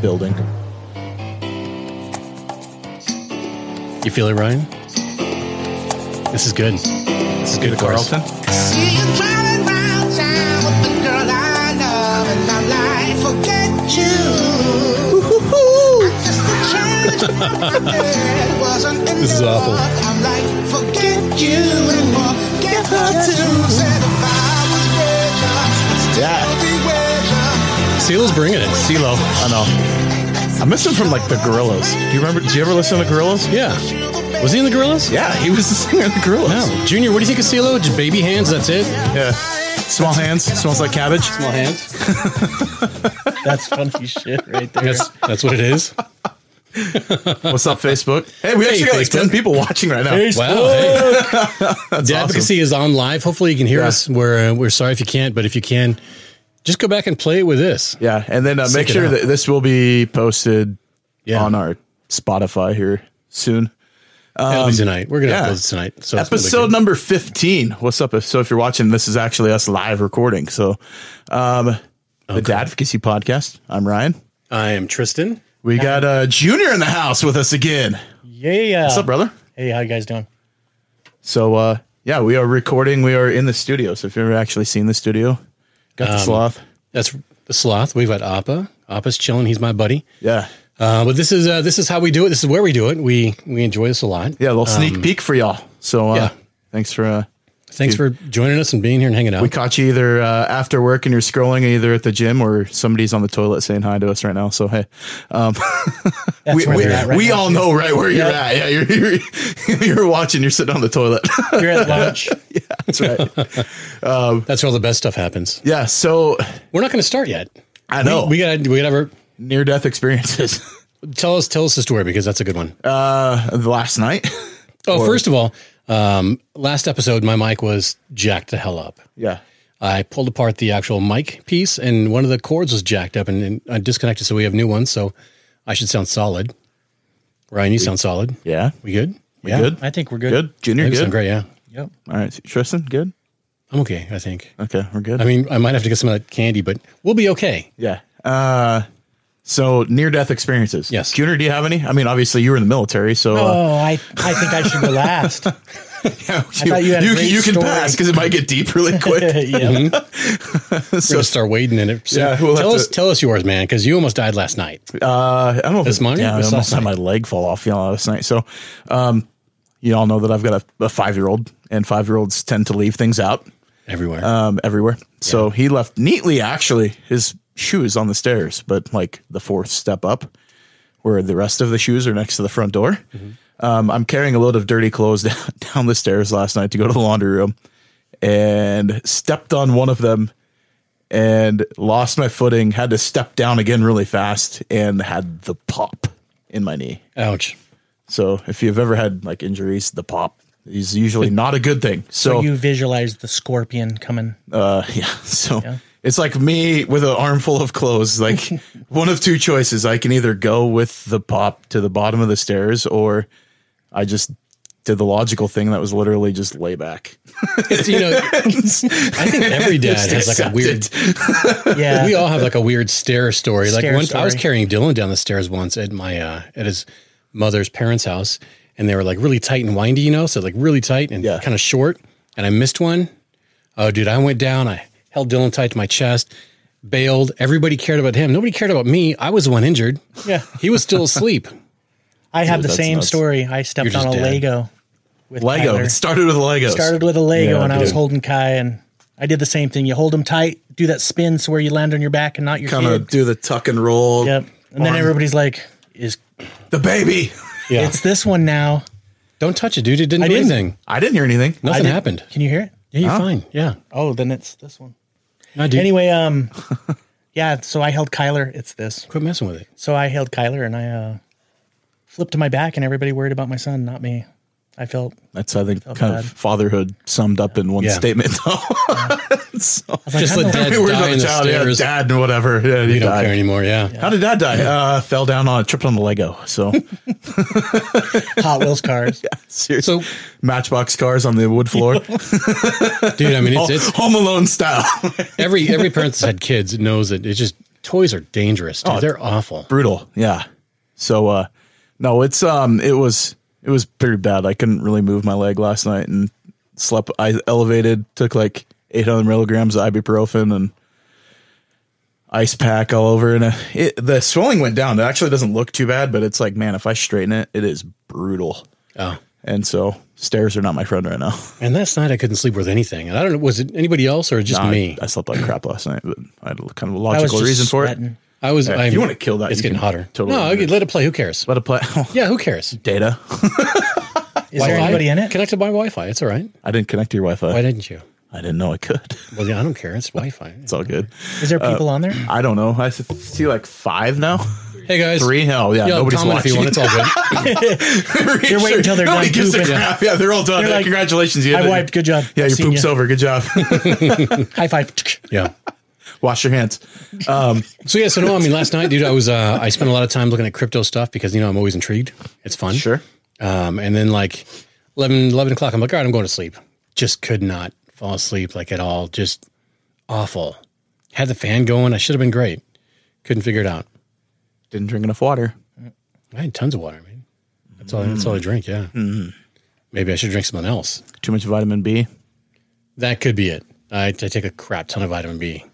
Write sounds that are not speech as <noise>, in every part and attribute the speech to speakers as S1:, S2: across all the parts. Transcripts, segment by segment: S1: building.
S2: You feel it, Ryan? This is good. This is good for us.
S3: Carlton.
S4: See you driving round town with the girl I love, and I'm like, forget you. Just the challenge from my head wasn't
S2: This is awful.
S4: enough. I'm like, forget you and forget her too. Said if I was richer, I'd still
S1: Yeah.
S4: be richer.
S2: CeeLo's bringing it. CeeLo.
S1: I know. I miss him from like the Gorillas. Do you remember? Did you ever listen to the Gorillas?
S2: Yeah. Was he in the Gorillas?
S1: Yeah, he was the singer of the Gorillas.
S2: No. Junior, what do you think of CeeLo? Just baby hands, that's it?
S1: Yeah.
S3: Small hands. Smells like cabbage.
S1: <laughs>
S2: Small hands?
S5: That's funny shit right there.
S2: That's, that's what it is.
S3: What's up, Facebook? Hey, we
S2: Hey,
S3: actually got like
S2: Facebook.
S3: 10 people watching right now.
S2: Wow. <laughs> Hey. the advocacy is on live. Hopefully you can hear
S3: Yeah.
S2: us. We're, uh, we're sorry if you can't, but if you can, just go back and play it with this.
S3: Yeah. And then uh,
S2: Seek
S3: make
S2: it
S3: sure
S2: out.
S3: that this will be posted
S2: Yeah.
S3: on our Spotify here soon.
S2: It'll be tonight. We're going to
S3: yeah.
S2: upload it tonight. So it's no big
S3: episode
S2: deal.
S3: number 15 what's up if, so if you're watching this is actually us live recording so um the dadvocacy podcast i'm ryan
S2: I am Tristan.
S3: we got uh junior in the house with us again
S5: Yeah.
S3: what's up brother
S5: Hey, how you guys doing?
S3: so uh yeah we are recording we are in the studio so if you've ever actually seen the studio got
S5: Um,
S3: the sloth
S2: That's the sloth. We've got Appa. Appa's chilling. He's my buddy.
S3: yeah
S2: Uh, but this is uh, this is how we do it. This is where we do it. We we enjoy this a lot.
S3: yeah a little
S5: um,
S3: sneak peek for y'all so uh
S2: yeah.
S3: thanks for uh
S2: Thanks for joining us and being here and hanging out.
S3: we caught you either uh, after work and you're scrolling either at the gym or somebody's on the toilet saying hi to us right now. So hey, um,
S5: <laughs> That's
S3: we,
S5: where
S3: we,
S5: they're at right
S3: we
S5: now.
S3: all know right where you're
S5: Yeah.
S3: at. Yeah, you're, <laughs> you're you're watching. You're sitting on the toilet. <laughs>
S5: You're at lunch.
S3: That's right.
S2: That's where all the best stuff happens.
S3: yeah. So
S2: We're not going to start yet.
S3: I know
S2: We got to we got to
S3: near death experiences. <laughs>
S2: tell us tell us the story because that's a good one.
S3: Uh, last night. <laughs>
S2: oh, first of all, um, last episode my mic was jacked the hell up.
S3: yeah.
S2: I pulled apart the actual mic piece and one of the cords was jacked up and, and I disconnected, so we have new ones. So I should sound solid. Ryan, you sound solid.
S3: Yeah.
S2: We good?
S3: We good.
S5: I think we're good.
S3: Good. Junior.
S2: Maybe sound
S3: Good.
S2: great. Yeah,
S5: Yep.
S3: All right. Tristan. Good.
S2: I'm okay. I think.
S3: Okay. We're good.
S2: I mean, I might have to get some of that candy, but we'll be okay.
S3: <laughs> yeah. Uh, so near death experiences.
S2: Yes.
S3: Junior, do you have any? I mean, obviously you were in the military, so. uh,
S5: Oh, I, I think I should go
S3: <laughs>
S5: last.
S3: you,
S5: thought you had a
S3: you-
S5: great
S3: you can
S5: story.
S3: pass because it might get deep really
S5: <laughs>
S3: quick.
S5: yeah.
S2: Mm-hmm.
S3: <laughs>
S2: We're gonna start wading in it. So
S3: Yeah, we'll
S2: tell
S3: have
S2: us,
S3: to-
S2: tell us yours, man, because you almost died last night.
S3: Uh, I don't know if
S2: This morning or
S3: Yeah, I
S2: this
S3: almost
S2: last
S3: had my leg fall off you know, last night. So, um, you all know that I've got a, a five year old, and five year olds tend to leave things out
S2: Everywhere.
S3: um, everywhere. So he left neatly. Actually, his shoe is on the stairs, but like the fourth step up, where the rest of the shoes are next to the front door. Um, I'm carrying a load of dirty clothes <laughs> down, down the stairs last night to go to the laundry room, and stepped on one of them. And lost my footing, had to step down again really fast, and had the pop in my knee.
S2: Ouch.
S3: So, if you've ever had like injuries, the pop is usually not a good thing. So,
S5: You visualize the scorpion coming.
S3: uh, <laughs> yeah. So it's like me with an armful of clothes.
S5: <laughs>
S3: Like one of two choices. I can either go with the pop to the bottom of the stairs, or I just did the logical thing that was literally just lay back.
S2: It's,
S3: <laughs>
S2: you know, I think every dad has like a weird.
S5: Yeah.
S2: We all have like a weird stair story. Like
S5: Stair
S2: once I was
S5: story.
S2: carrying Dylan down the stairs once at my uh, at his mother's parents' house, and they were like really tight and windy, you know, so like really tight and
S3: Yeah.
S2: kind of short. And I missed one. Oh, dude, I went down. I held Dylan tight to my chest, bailed. Everybody cared about him. Nobody cared about me. I was the one injured.
S5: yeah.
S2: He was
S5: <laughs>
S2: still asleep.
S5: I have the
S3: that's
S5: same
S3: nuts.
S5: story. I
S2: You're
S5: stepped
S2: just
S5: on a
S2: dead.
S5: Lego with
S3: Lego.
S5: Tyler.
S3: It started with Legos.
S5: started with a Lego
S3: Yeah,
S5: and I was
S3: dude.
S5: holding Kai and I did the same thing. You hold him tight, do that spin so where you land on your back and not your
S3: kind
S5: kid.
S3: of do the tuck and roll.
S5: Yep. And then
S3: arm.
S5: everybody's like, "Is
S3: the baby. <laughs>
S2: Yeah.
S5: it's this one now?"
S2: Don't touch it, dude. It didn't
S5: I
S2: do
S5: didn't.
S2: anything.
S3: I didn't hear anything.
S2: Nothing happened.
S5: Can you hear it?
S2: Yeah, you're fine. Yeah.
S5: Oh, then it's this one.
S2: No, dude,
S5: Anyway, um, <laughs> yeah. So I held Kyler. It's this.
S2: quit messing with it.
S5: So I held Kyler and I uh, flipped to my back, and everybody worried about my son, not me. I felt I
S3: That's I think kind
S5: bad.
S3: of fatherhood summed up in one
S2: Yeah.
S3: statement <laughs> though. so,
S5: was like,
S2: Just
S5: I don't
S2: let
S5: know.
S3: <laughs>
S2: dad
S3: we were
S2: die
S3: on
S2: in
S3: the
S2: the
S3: child, yeah,
S2: stairs.
S3: dad and whatever. Yeah, he
S2: You don't
S3: died.
S2: care anymore. Yeah.
S3: How did dad die? Uh, fell down on, tripped on a Lego.
S5: <laughs>
S3: So
S5: Hot
S2: <laughs>
S5: Wheels cars.
S3: Seriously.
S2: So,
S3: Matchbox cars on the wood floor,
S2: dude, I mean, it's, it's
S5: <laughs> Oh.
S3: Home Alone style. <laughs>
S2: every every parent that's had kids knows that it's just Toys are dangerous. Dude.
S3: Oh,
S2: They're awful.
S3: brutal. Yeah. So uh no, it's um it was it was pretty bad. I couldn't really move my leg last night and slept I elevated, took like eight hundred milligrams of ibuprofen and ice pack all over and uh, it, the swelling went down. It actually doesn't look too bad, but it's like, man, if I straighten it, it is brutal.
S2: Oh.
S3: And so stairs are not my friend right now.
S2: And last night I couldn't sleep with anything. And I don't know, was it anybody else or just
S3: I-
S2: me?
S3: I, slept like crap last night, but I had a kind of a
S5: I was
S3: logical
S5: just
S3: reason for it.
S5: sweating.
S2: I, was.
S3: Hey, if
S2: i
S3: you wanna kill that,
S2: It's
S3: you
S2: getting
S3: can
S2: hotter.
S3: totally
S2: no,
S3: do
S2: okay,
S3: it.
S2: let it play. Who cares?
S3: But a <laughs> play
S2: yeah, who cares?
S3: data.
S5: Is there
S2: Wi-Fi?
S5: anybody in it?
S2: Connected by Wi-Fi. It's
S3: <laughs>
S2: all right.
S3: I didn't connect to your Wi-Fi.
S2: Why didn't you?
S3: I didn't know I could. <laughs>
S2: Well, yeah, I don't care. It's Wi-Fi.
S3: It's all good.
S5: Is there people
S2: Uh,
S5: on there?
S3: I don't know. I s- see like five <laughs> now.
S2: hey guys,
S3: Three? Hell yeah.
S2: Yo,
S3: nobody's
S2: comment
S3: watching.
S2: if you want.
S3: <laughs>
S2: It's all good.
S3: They're
S5: waiting till they're
S3: Nobody
S5: done
S3: gives a
S5: pooping.
S3: crap. Yeah, they're all done.
S5: They're
S3: Yeah,
S5: like,
S3: Congratulations. You
S5: I
S3: did it.
S5: wiped. Good job.
S3: Yeah,
S5: I've
S3: your
S5: seen
S3: poop's
S5: ya.
S3: over. Good <laughs> job.
S5: High five. <laughs>
S2: Yeah.
S3: Wash your hands. Um,
S2: So yeah, so no, I mean, last night, dude, I was uh, I spent a lot of time looking at crypto stuff because you know I'm always intrigued. It's fun. Um, and then like 11, 11 o'clock, I'm like, all right, I'm going to sleep. Just could not fall asleep like at all. Just awful. Had the fan going. I should have been great. Couldn't figure it out.
S3: Didn't drink enough water.
S2: I had tons of water. I mean, that's all. That's all I drink. Yeah. Maybe I should drink something else.
S3: Too much vitamin B.
S2: That could be it. I, I take a crap ton of vitamin B,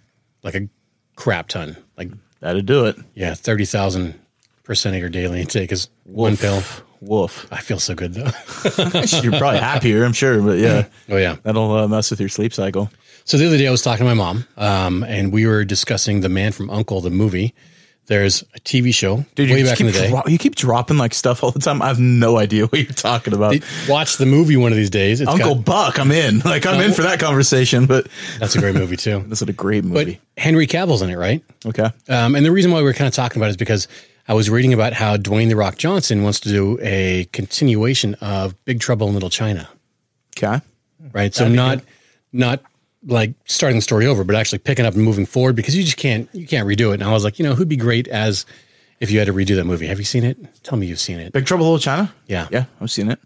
S2: like a crap ton. Like
S3: That'd do it.
S2: yeah, thirty thousand percent of your daily intake is one
S3: Woof.
S2: pill.
S3: Woof.
S2: I feel so good though. <laughs>
S3: You're probably happier, I'm sure. But yeah, <laughs>
S2: oh yeah.
S3: that'll uh, mess with your sleep cycle.
S2: So the other day I was talking to my mom, um, and we were discussing The Man from Uncle, the movie. There's a TV show
S3: Dude,
S2: way
S3: you, just
S2: back in
S3: keep
S2: the day.
S3: dro- you keep dropping like stuff all the time. I have no idea what you're talking about.
S2: Watch the movie one of these days. It's
S3: Uncle
S2: got-
S3: Buck, I'm in. <laughs> Like I'm in for that conversation. But
S2: <laughs> that's a great
S3: <laughs>
S2: movie too.
S3: this is a great
S2: But
S3: movie.
S2: Henry Cavill's in it, right?
S3: okay.
S2: Um, and the reason why we are kind of talking about it is because I was reading about how Dwayne the Rock Johnson wants to do a continuation of Big Trouble in Little China,
S3: Okay.
S2: right? So not not like starting the story over, but actually picking up and moving forward because you just can't you can't redo it. And I was like, you know, who'd be great as if you had to redo that movie? Have you seen it? Tell me you've seen it.
S3: Big Trouble in Little China?
S2: Yeah.
S3: Yeah, I've seen it.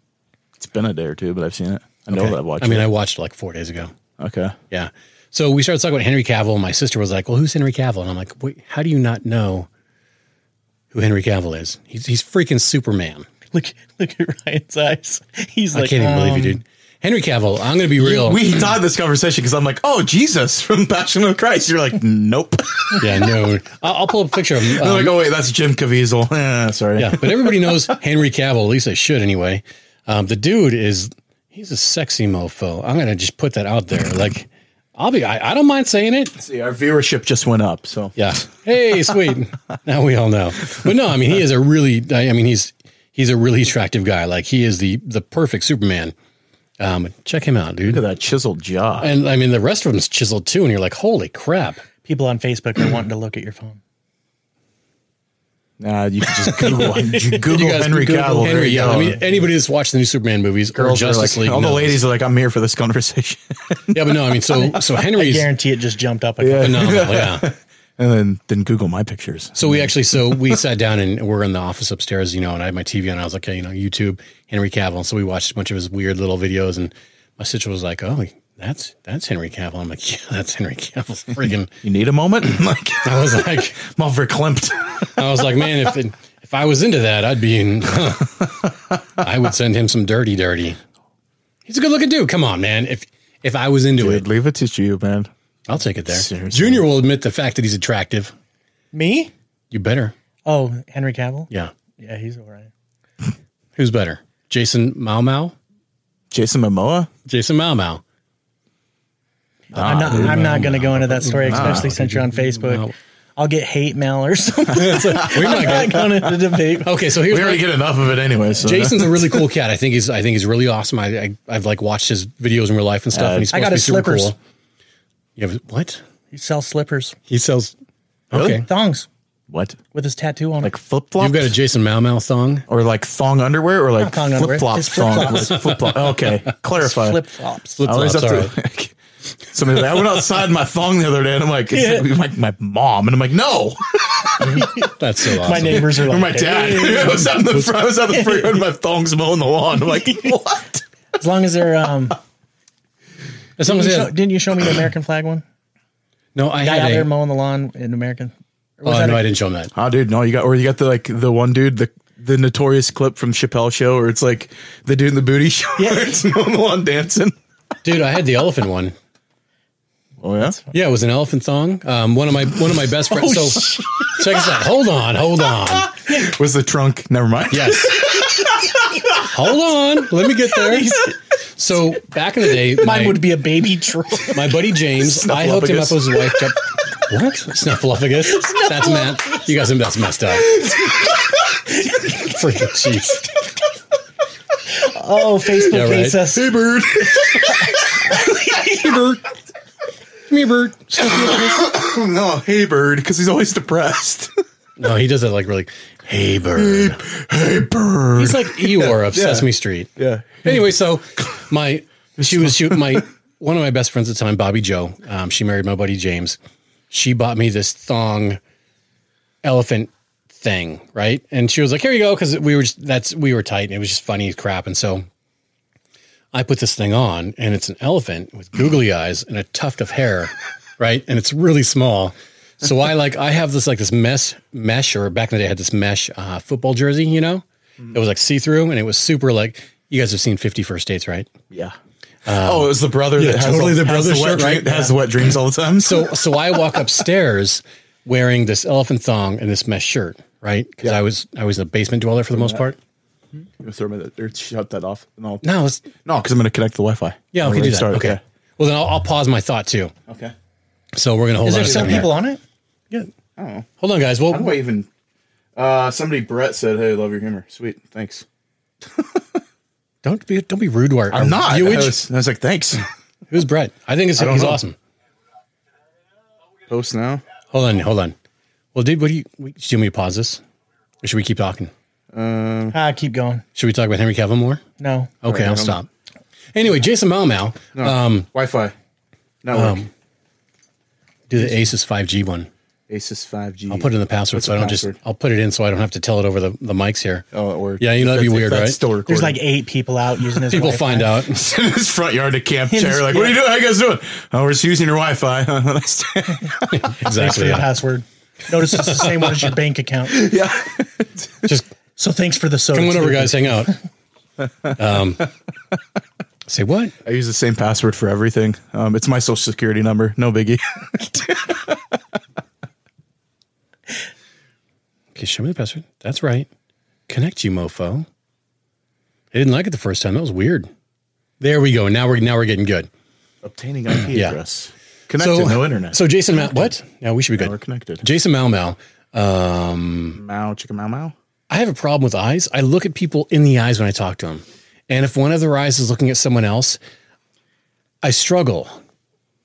S3: It's been a day or two, but I've seen it. I know that I've watched
S2: I mean,
S3: it.
S2: I watched it like four days ago.
S3: okay.
S2: Yeah. So we started talking about Henry Cavill. and My sister was like, "Well, who's Henry Cavill?" And I'm like, "Wait, how do you not know who Henry Cavill is? He's he's freaking Superman.
S5: Look, look at Ryan's eyes. He's like,
S2: I can't even believe
S5: um,
S2: you, dude. Henry Cavill. I'm going to be real.
S3: We thought of this conversation because I'm like, oh, Jesus <laughs> from Passion of Christ. You're like, nope. <laughs>
S2: yeah, no. I'll, I'll pull up a picture of him.
S3: I'm
S2: Um,
S3: like, oh, wait, that's Jim Caviezel. <laughs> Eh, sorry.
S2: yeah, but everybody knows <laughs> Henry Cavill. At least they should, anyway. Um, the dude is he's a sexy mofo. I'm going to just put that out there. Like, I'll be. I, I don't mind saying it.
S3: See, our viewership just went up. So
S2: Yeah. Hey, sweet. now we all know. But no, I mean, he is a really. I I mean, he's he's a really attractive guy. Like he is the the perfect Superman. Um, check him out,
S3: look
S2: dude.
S3: at that chiseled jaw.
S2: And I mean, the rest of them's chiseled too. And you're like, holy crap.
S5: People on Facebook are wanting to look at your phone.
S3: Nah, you can just
S2: <laughs>
S3: Google, you Google
S2: You guys
S3: Oh, Henry
S2: Google
S3: Cavill.
S2: Henry,
S3: There you
S2: yeah.
S3: go.
S2: I mean, anybody that's watched the new Superman movies or
S3: Girls are
S2: Justice
S3: like,
S2: League,
S3: all the
S2: knows.
S3: ladies are like, I'm here for this conversation. <laughs>
S2: Yeah, but no, I mean, so so Henry's
S5: Guarantee it just jumped up. A couple.
S2: phenomenal. Yeah.
S3: and then didn't Google my pictures.
S2: So we actually, <laughs> so we sat down and we're in the office upstairs, you know, and I had my TV on. I was like, okay, you know, YouTube, Henry Cavill. So we watched a bunch of his weird little videos, and my sister was like, oh, that's that's Henry Cavill. I'm like, <laughs> yeah, that's Henry Cavill's freaking.
S3: You need a moment? <laughs> like,
S2: <laughs> I was like,
S3: I'm all verklempt.
S2: <laughs> I was like, man, if it, if I was into that, I'd be in. <laughs> I would send him some dirty, dirty. He's a good looking dude. Come on, man. If if I was into
S3: Dude,
S2: it,
S3: leave it to you, man.
S2: I'll take it there.
S3: Seriously.
S2: Junior will admit the fact that he's attractive.
S5: Me?
S2: You better.
S5: Oh, Henry Cavill.
S2: Yeah.
S5: Yeah, he's all right.
S2: Who's better? Jason Mau Mau?
S3: Jason Momoa?
S2: Jason Mau Mau. Ah,
S5: I'm not. I'm not going to go into that story, especially since you're on Facebook.
S2: No.
S5: I'll get hate mail or <laughs> something.
S2: We might
S5: I'm not going into
S2: <laughs>
S5: debate.
S2: Okay, so here's
S3: We already
S2: my-
S3: get enough of it anyway. So
S2: Jason's a really cool cat. I think he's I think he's really awesome. I, I I've like watched his videos in real life and stuff. and he's
S5: Uh, I
S2: supposed
S5: got
S2: to be super
S5: his slippers.
S2: cool. You have what?
S5: He sells slippers,
S2: He sells. Okay,
S5: thongs
S3: what?
S5: with his tattoo on.
S3: Like flip flops?
S2: you've got a Jason Mau Mau thong.
S3: or like thong underwear or like
S5: Not thong
S3: flip
S5: underwear,
S3: flops
S5: just flip
S3: thong like <laughs> flip flop. Okay, clarify.
S5: flip flops.
S2: Flip
S3: I always
S2: flops.
S3: have
S2: All
S3: to.
S2: right.
S3: <laughs> Somebody's like, I went outside my thong the other day, and I'm like,
S5: Yeah.
S3: it's like my, my mom, and I'm like, no,
S2: <laughs> That's so awesome.
S5: My
S2: <laughs>
S5: neighbors are
S3: or
S5: like
S3: my
S5: it.
S3: dad. <laughs> I was out in the front, I was out in the front yard, my thong's mowing the lawn. I'm like, what?
S5: As long as
S2: <laughs>
S5: they're um,
S2: As long
S5: didn't
S2: as
S5: you,
S2: I-
S5: show, didn't you show me the American flag one?
S2: no, I
S5: Guy out
S2: had
S5: there
S2: a,
S5: mowing the lawn in American Or was
S2: Oh
S5: that
S2: no,
S5: a-
S2: I I didn't show him that.
S3: Oh, dude, no, you got or you got the like the one dude the the notorious clip from Chappelle show where it's like the dude in the booty <laughs> shorts on the lawn dancing.
S2: Dude, I had the elephant one.
S3: Oh yeah,
S2: Yeah, it was an elephant thong. Um, one of my one of my best
S5: <laughs>
S2: friends.
S5: Oh,
S2: so <laughs> check this out. Hold on, hold on.
S3: was the trunk? Never mind.
S5: <laughs>
S2: Yes. hold on. Let me get there. So back in the day,
S5: Mine
S2: my,
S5: would be a <laughs> baby troll.
S2: my buddy James, I hooked him up with his wife. Jep- what? Snuffleupagus? That's mad. You guys, that's messed up. Freaking jeez.
S5: Oh, Facebook
S2: Yeah, right.
S5: hates us. <laughs>
S3: Hey, bird. <laughs>
S2: Hey, bird. Come here, bird.
S3: no, hey, bird, because he's always depressed. <laughs>
S2: No, he does it like really. Hey, bird.
S3: hey, bird.
S2: He's like Eeyore of
S3: Yeah.
S2: Sesame Street.
S3: yeah.
S2: anyway, so my she was she my one of my best friends at the time, Bobby Joe. Um, she married my buddy James. She bought me this thong elephant thing, right? And she was like, "Here you go," because we were just, that's we were tight, and it was just funny as crap. And so I put this thing on, and it's an elephant with googly eyes and a tuft of hair, right? And it's really small. So I like I have this like this mesh mesh or back in the day I had this mesh uh, football jersey, you know, it was like see through, and it was super like you guys have seen Fifty First Dates, right?
S3: Yeah. oh, it was the brother.
S2: yeah,
S3: that has
S2: totally
S3: all-
S2: the
S3: has
S2: brother
S3: wet
S2: shirt,
S3: dream-
S2: right?
S3: Has the wet dreams all the time. <laughs>
S2: So so I walk upstairs wearing this elephant thong and this mesh shirt, right? Because I was I was a basement dweller for the most part.
S3: throw me that or shut that off. No, no,
S2: No, it's,
S3: because I'm going to connect the Wi-Fi.
S2: yeah, okay, do that. okay. Well, then I'll, I'll pause my thought too.
S3: Okay.
S2: So we're gonna hold
S5: Is
S2: on. a
S5: there still
S2: second here.
S5: people on it?
S2: Hold on, guys. Well,
S3: How do I even? Uh, somebody Brett said, "Hey, love your humor." Sweet, thanks.
S2: don't be don't be rude to our, our
S3: I'm not. I
S2: viewage.
S3: was, I was like, thanks.
S2: Who's Brett? I think it's,
S3: don't
S2: he's
S3: know.
S2: awesome.
S3: <laughs> Post now.
S2: Hold on, hold on. Well, dude, what do you? we- Do you want me to pause this, or should we keep talking?
S5: Ah, keep going.
S2: Should we talk about Henry Cavill more?
S5: No.
S2: Okay,
S3: right,
S2: I'll
S3: I'm-
S2: stop. Anyway, Jason Malmow, um,
S3: Wi-Fi. Network.
S2: Um, do the Asus 5G one.
S3: Asus 5G.
S2: I'll put it in the password so I don't just. I'll put it in so I don't have to tell it over the, the mics here.
S3: Oh, or
S2: Yeah, you know, that'd be
S3: if
S2: weird,
S3: that's
S2: right?
S3: Still recorded.
S5: There's like eight people out using his.
S2: People
S5: <laughs> Wi-Fi.
S2: find
S3: <laughs>
S2: out.
S3: in his front yard, a camp chair. Like,
S5: yeah.
S3: what are you doing? How you guys doing? Oh, we're just using your Wi-Fi. <laughs>
S5: Thanks for
S2: exactly.
S5: the
S2: yeah.
S5: password. Notice it's the same
S2: <laughs>
S5: one as your bank account.
S3: yeah.
S2: Just
S5: So thanks for the soda.
S2: come on over,
S5: too.
S2: guys. Hang out. Um, say what?
S3: I use the same password for everything. Um, it's my social security number. No biggie. <laughs>
S2: Okay, show me the password. That's right. Connect you, mofo. I didn't like it the first time. That was weird. There we go. Now we're now we're getting good.
S3: Obtaining IP
S2: Yeah.
S3: address. Connected. no internet.
S2: So Jason, Mal- what? Now we should be
S3: we're
S2: good.
S3: connected.
S2: Jason Malmow.
S3: Mao chicka mau mau.
S2: I have a problem with eyes. I look at people in the eyes when I talk to them, and if one of their eyes is looking at someone else, I struggle.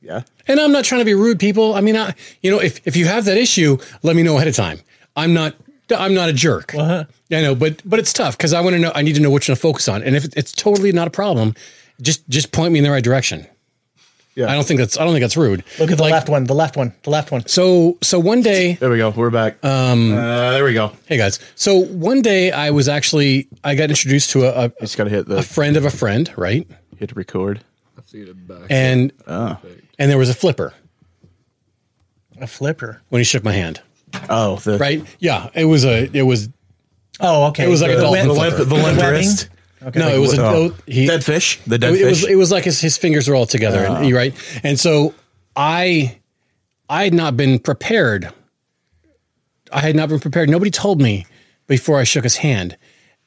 S3: Yeah.
S2: And I'm not trying to be rude, people. I mean, I, you know, if if you have that issue, let me know ahead of time. I'm not I'm not a jerk.
S3: Uh-huh.
S2: I know, but but it's tough because I want to know. I need to know which one to focus on. And if it's totally not a problem, just just point me in the right direction.
S3: Yeah.
S2: I don't think that's I don't think that's rude.
S5: Look at the left one. The left one. The left one.
S2: So so one day,
S3: There we go. We're back. Um. Uh, there we go.
S2: hey guys. So one day I was actually I got introduced to a, a,
S3: Just gotta hit
S2: a
S3: the
S2: friend of a friend, right?
S3: hit record.
S2: And
S3: Ah.
S2: and there was a flipper
S5: A flipper.
S2: when he shook my hand.
S3: Oh, the
S2: Right? Yeah, it was a it was
S5: Oh, okay.
S2: It was like a
S5: The
S2: dolphin
S5: web-
S2: flipper.
S3: the limp
S5: webbing?
S3: wrist.
S5: Okay.
S2: no, it was a
S3: Oh.
S2: he-
S3: dead fish. The dead
S2: it,
S3: fish. Ah.
S2: was it was like his, his fingers were all together and, right and so i i had not been prepared i had not been prepared nobody told me before i shook his hand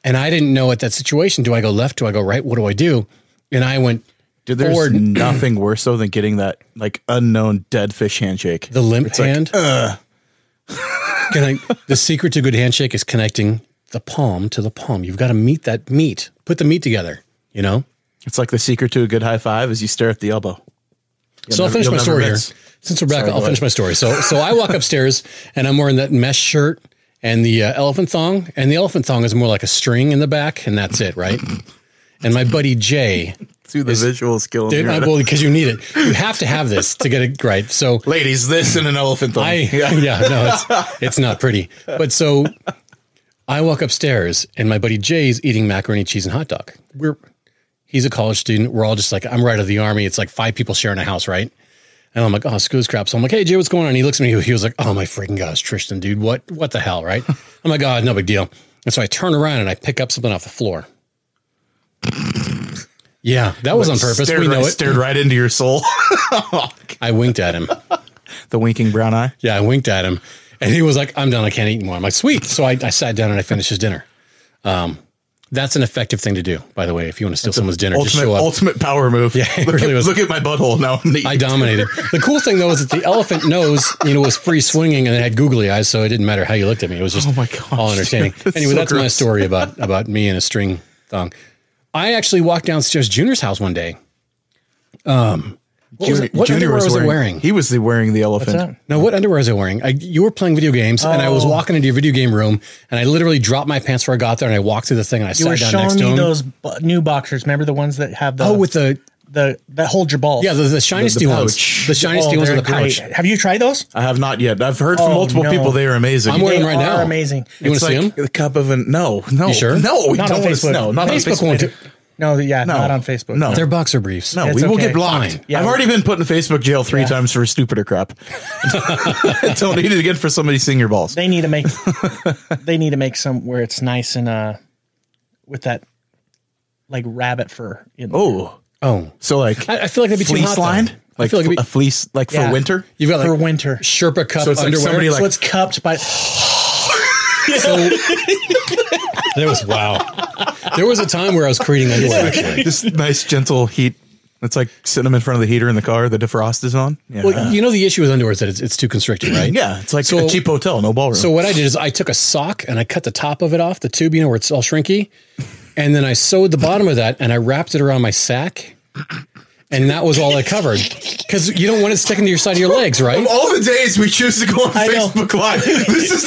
S2: and i didn't know at that situation do i go left do i go right what do i do and i went
S3: Dude, there's
S2: forward
S3: <clears throat> nothing worse though than getting that like unknown dead fish handshake.
S2: the limp
S3: like, uh.
S2: hand Can I- the secret to good handshake is connecting the palm to the palm you've got to meet that meat put the meat together you know
S3: It's like the secret to a good high five is you stare at the elbow.
S2: so I'll
S3: never-
S2: finish
S3: you'll
S2: my
S3: never
S2: story here.
S3: miss.
S2: Since we're back, I'll
S3: go
S2: finish my story. So, so I walk upstairs and I'm wearing that mesh shirt and the uh, elephant thong, and the elephant thong is more like a string in the back, and that's it, right? and my buddy Jay,
S3: To the visual skill.
S2: dude, I- well, because you need it, you have to have this to get it right. So,
S3: Ladies, this and an elephant <laughs> thong.
S2: I yeah, no, it's, it's not pretty. But so I walk upstairs and my buddy Jay's eating macaroni, cheese, and hot dog. We're he's a college student. We're all just like I'm right out of the army. It's like five people sharing a house, right? And I'm like, oh, screw this crap. So I'm like, hey, Jay, what's going on? And he looks at me. He was like, oh, my freaking gosh, Tristan, dude, what what the hell, right? I'm like, God, no big deal. And so I turn around and I pick up something off the floor. Yeah, that was on purpose.
S3: Stared,
S2: We know
S3: right,
S2: it.
S3: stared right into your soul. <laughs>
S2: I winked at him.
S3: the winking brown eye.
S2: Yeah, I winked at him, and he was like, "I'm done. I can't eat more." I'm like, "Sweet." So I, I sat down and I finished his dinner. Um, that's an effective thing to do, by the way. If you want to steal someone's dinner, just
S3: Ultimate,
S2: show up.
S3: ultimate power move. Yeah,
S2: it
S3: look,
S2: really
S3: at,
S2: was.
S3: look at my butthole now. I'm neat. <laughs>
S2: I dominated. the cool thing though is that the elephant nose, you know, was free swinging and it had googly eyes, so it didn't matter how you looked at me. It was just
S3: Oh my gosh,
S2: all entertaining.
S3: dude, <laughs> that's
S2: anyway,
S3: so
S2: that's my
S3: gross.
S2: story about about me and a string thong. I actually walked downstairs Junior's house one day. Um, what was it- what underwear was, I wearing?
S3: He was the, wearing the
S5: What's that?
S3: elephant.
S2: No, what underwear was I wearing? I, you were playing video games, and I was
S5: Oh.
S2: walking into your video game room, and I literally dropped my pants before I got there, and I walked through the thing, and I
S5: You were
S2: sat down next
S5: showing
S2: to
S5: me
S2: him.
S5: those uh, bu- new boxers. Remember the ones that have the
S2: oh, with the
S5: the that hold your balls.
S2: yeah, the, the shiny
S3: The- the
S2: steel ones,
S3: pouch.
S2: the shiny
S5: Oh,
S2: steel ones
S5: they're
S2: with the pouch.
S5: great. Have you tried those?
S3: I have not yet. I've heard
S5: Oh,
S3: from multiple
S5: no.
S3: people they are amazing.
S2: I'm wearing
S5: They
S2: them right
S5: are
S2: now.
S5: amazing.
S2: You want to
S3: It's
S2: see them?
S3: like The cup of an no, no,
S2: You sure?
S3: No, we
S5: Not
S3: don't
S5: on
S3: wanna-
S5: Facebook.
S3: No, not on
S2: Facebook
S3: Facebook.
S2: won't. do-
S5: No, the- yeah,
S3: No.
S5: not on Facebook.
S3: No.
S2: They're boxer briefs.
S3: No,
S5: It's
S3: we will
S5: okay.
S3: get blocked.
S2: Fine.
S5: Yeah.
S3: I've already been put in Facebook jail three
S5: Yeah.
S3: times for stupider crap. <laughs> don't need it again for somebody seeing your balls.
S5: They need
S2: <laughs>
S5: to make they need to make some where it's nice and uh with that like rabbit fur. In
S3: Oh,
S2: Oh,
S3: so like
S2: I, I feel like that'd be too hot.
S3: fleece
S2: though.
S3: lined,
S2: I
S3: like
S2: feel like it'd
S3: a
S2: be,
S3: fleece, like
S5: Yeah.
S3: for winter.
S2: you've got like
S5: for winter.
S2: Sherpa cup
S3: So it's like
S2: underwear.
S3: somebody like-
S5: so it's
S2: <laughs>
S5: cupped by <laughs>
S2: there was wow. <laughs> there was a time where I was creating underwear. Actually,
S3: Just nice gentle heat. It's like sitting them in front of the heater in the car. The defrost is on. Yeah,
S2: well, you know the issue with underwear is that it's, it's too constricted, right?
S3: yeah. It's like
S2: So-
S3: a cheap hotel, no ballroom.
S2: So what I did is I took a sock and I cut the top of it off the tube, you know, where it's all shrinky, and then I sewed the bottom of that and I wrapped it around my sack, and that was all I covered because you don't want it sticking to your side of your legs, right?
S3: all the days we choose to go on
S5: I know.
S3: Live, this is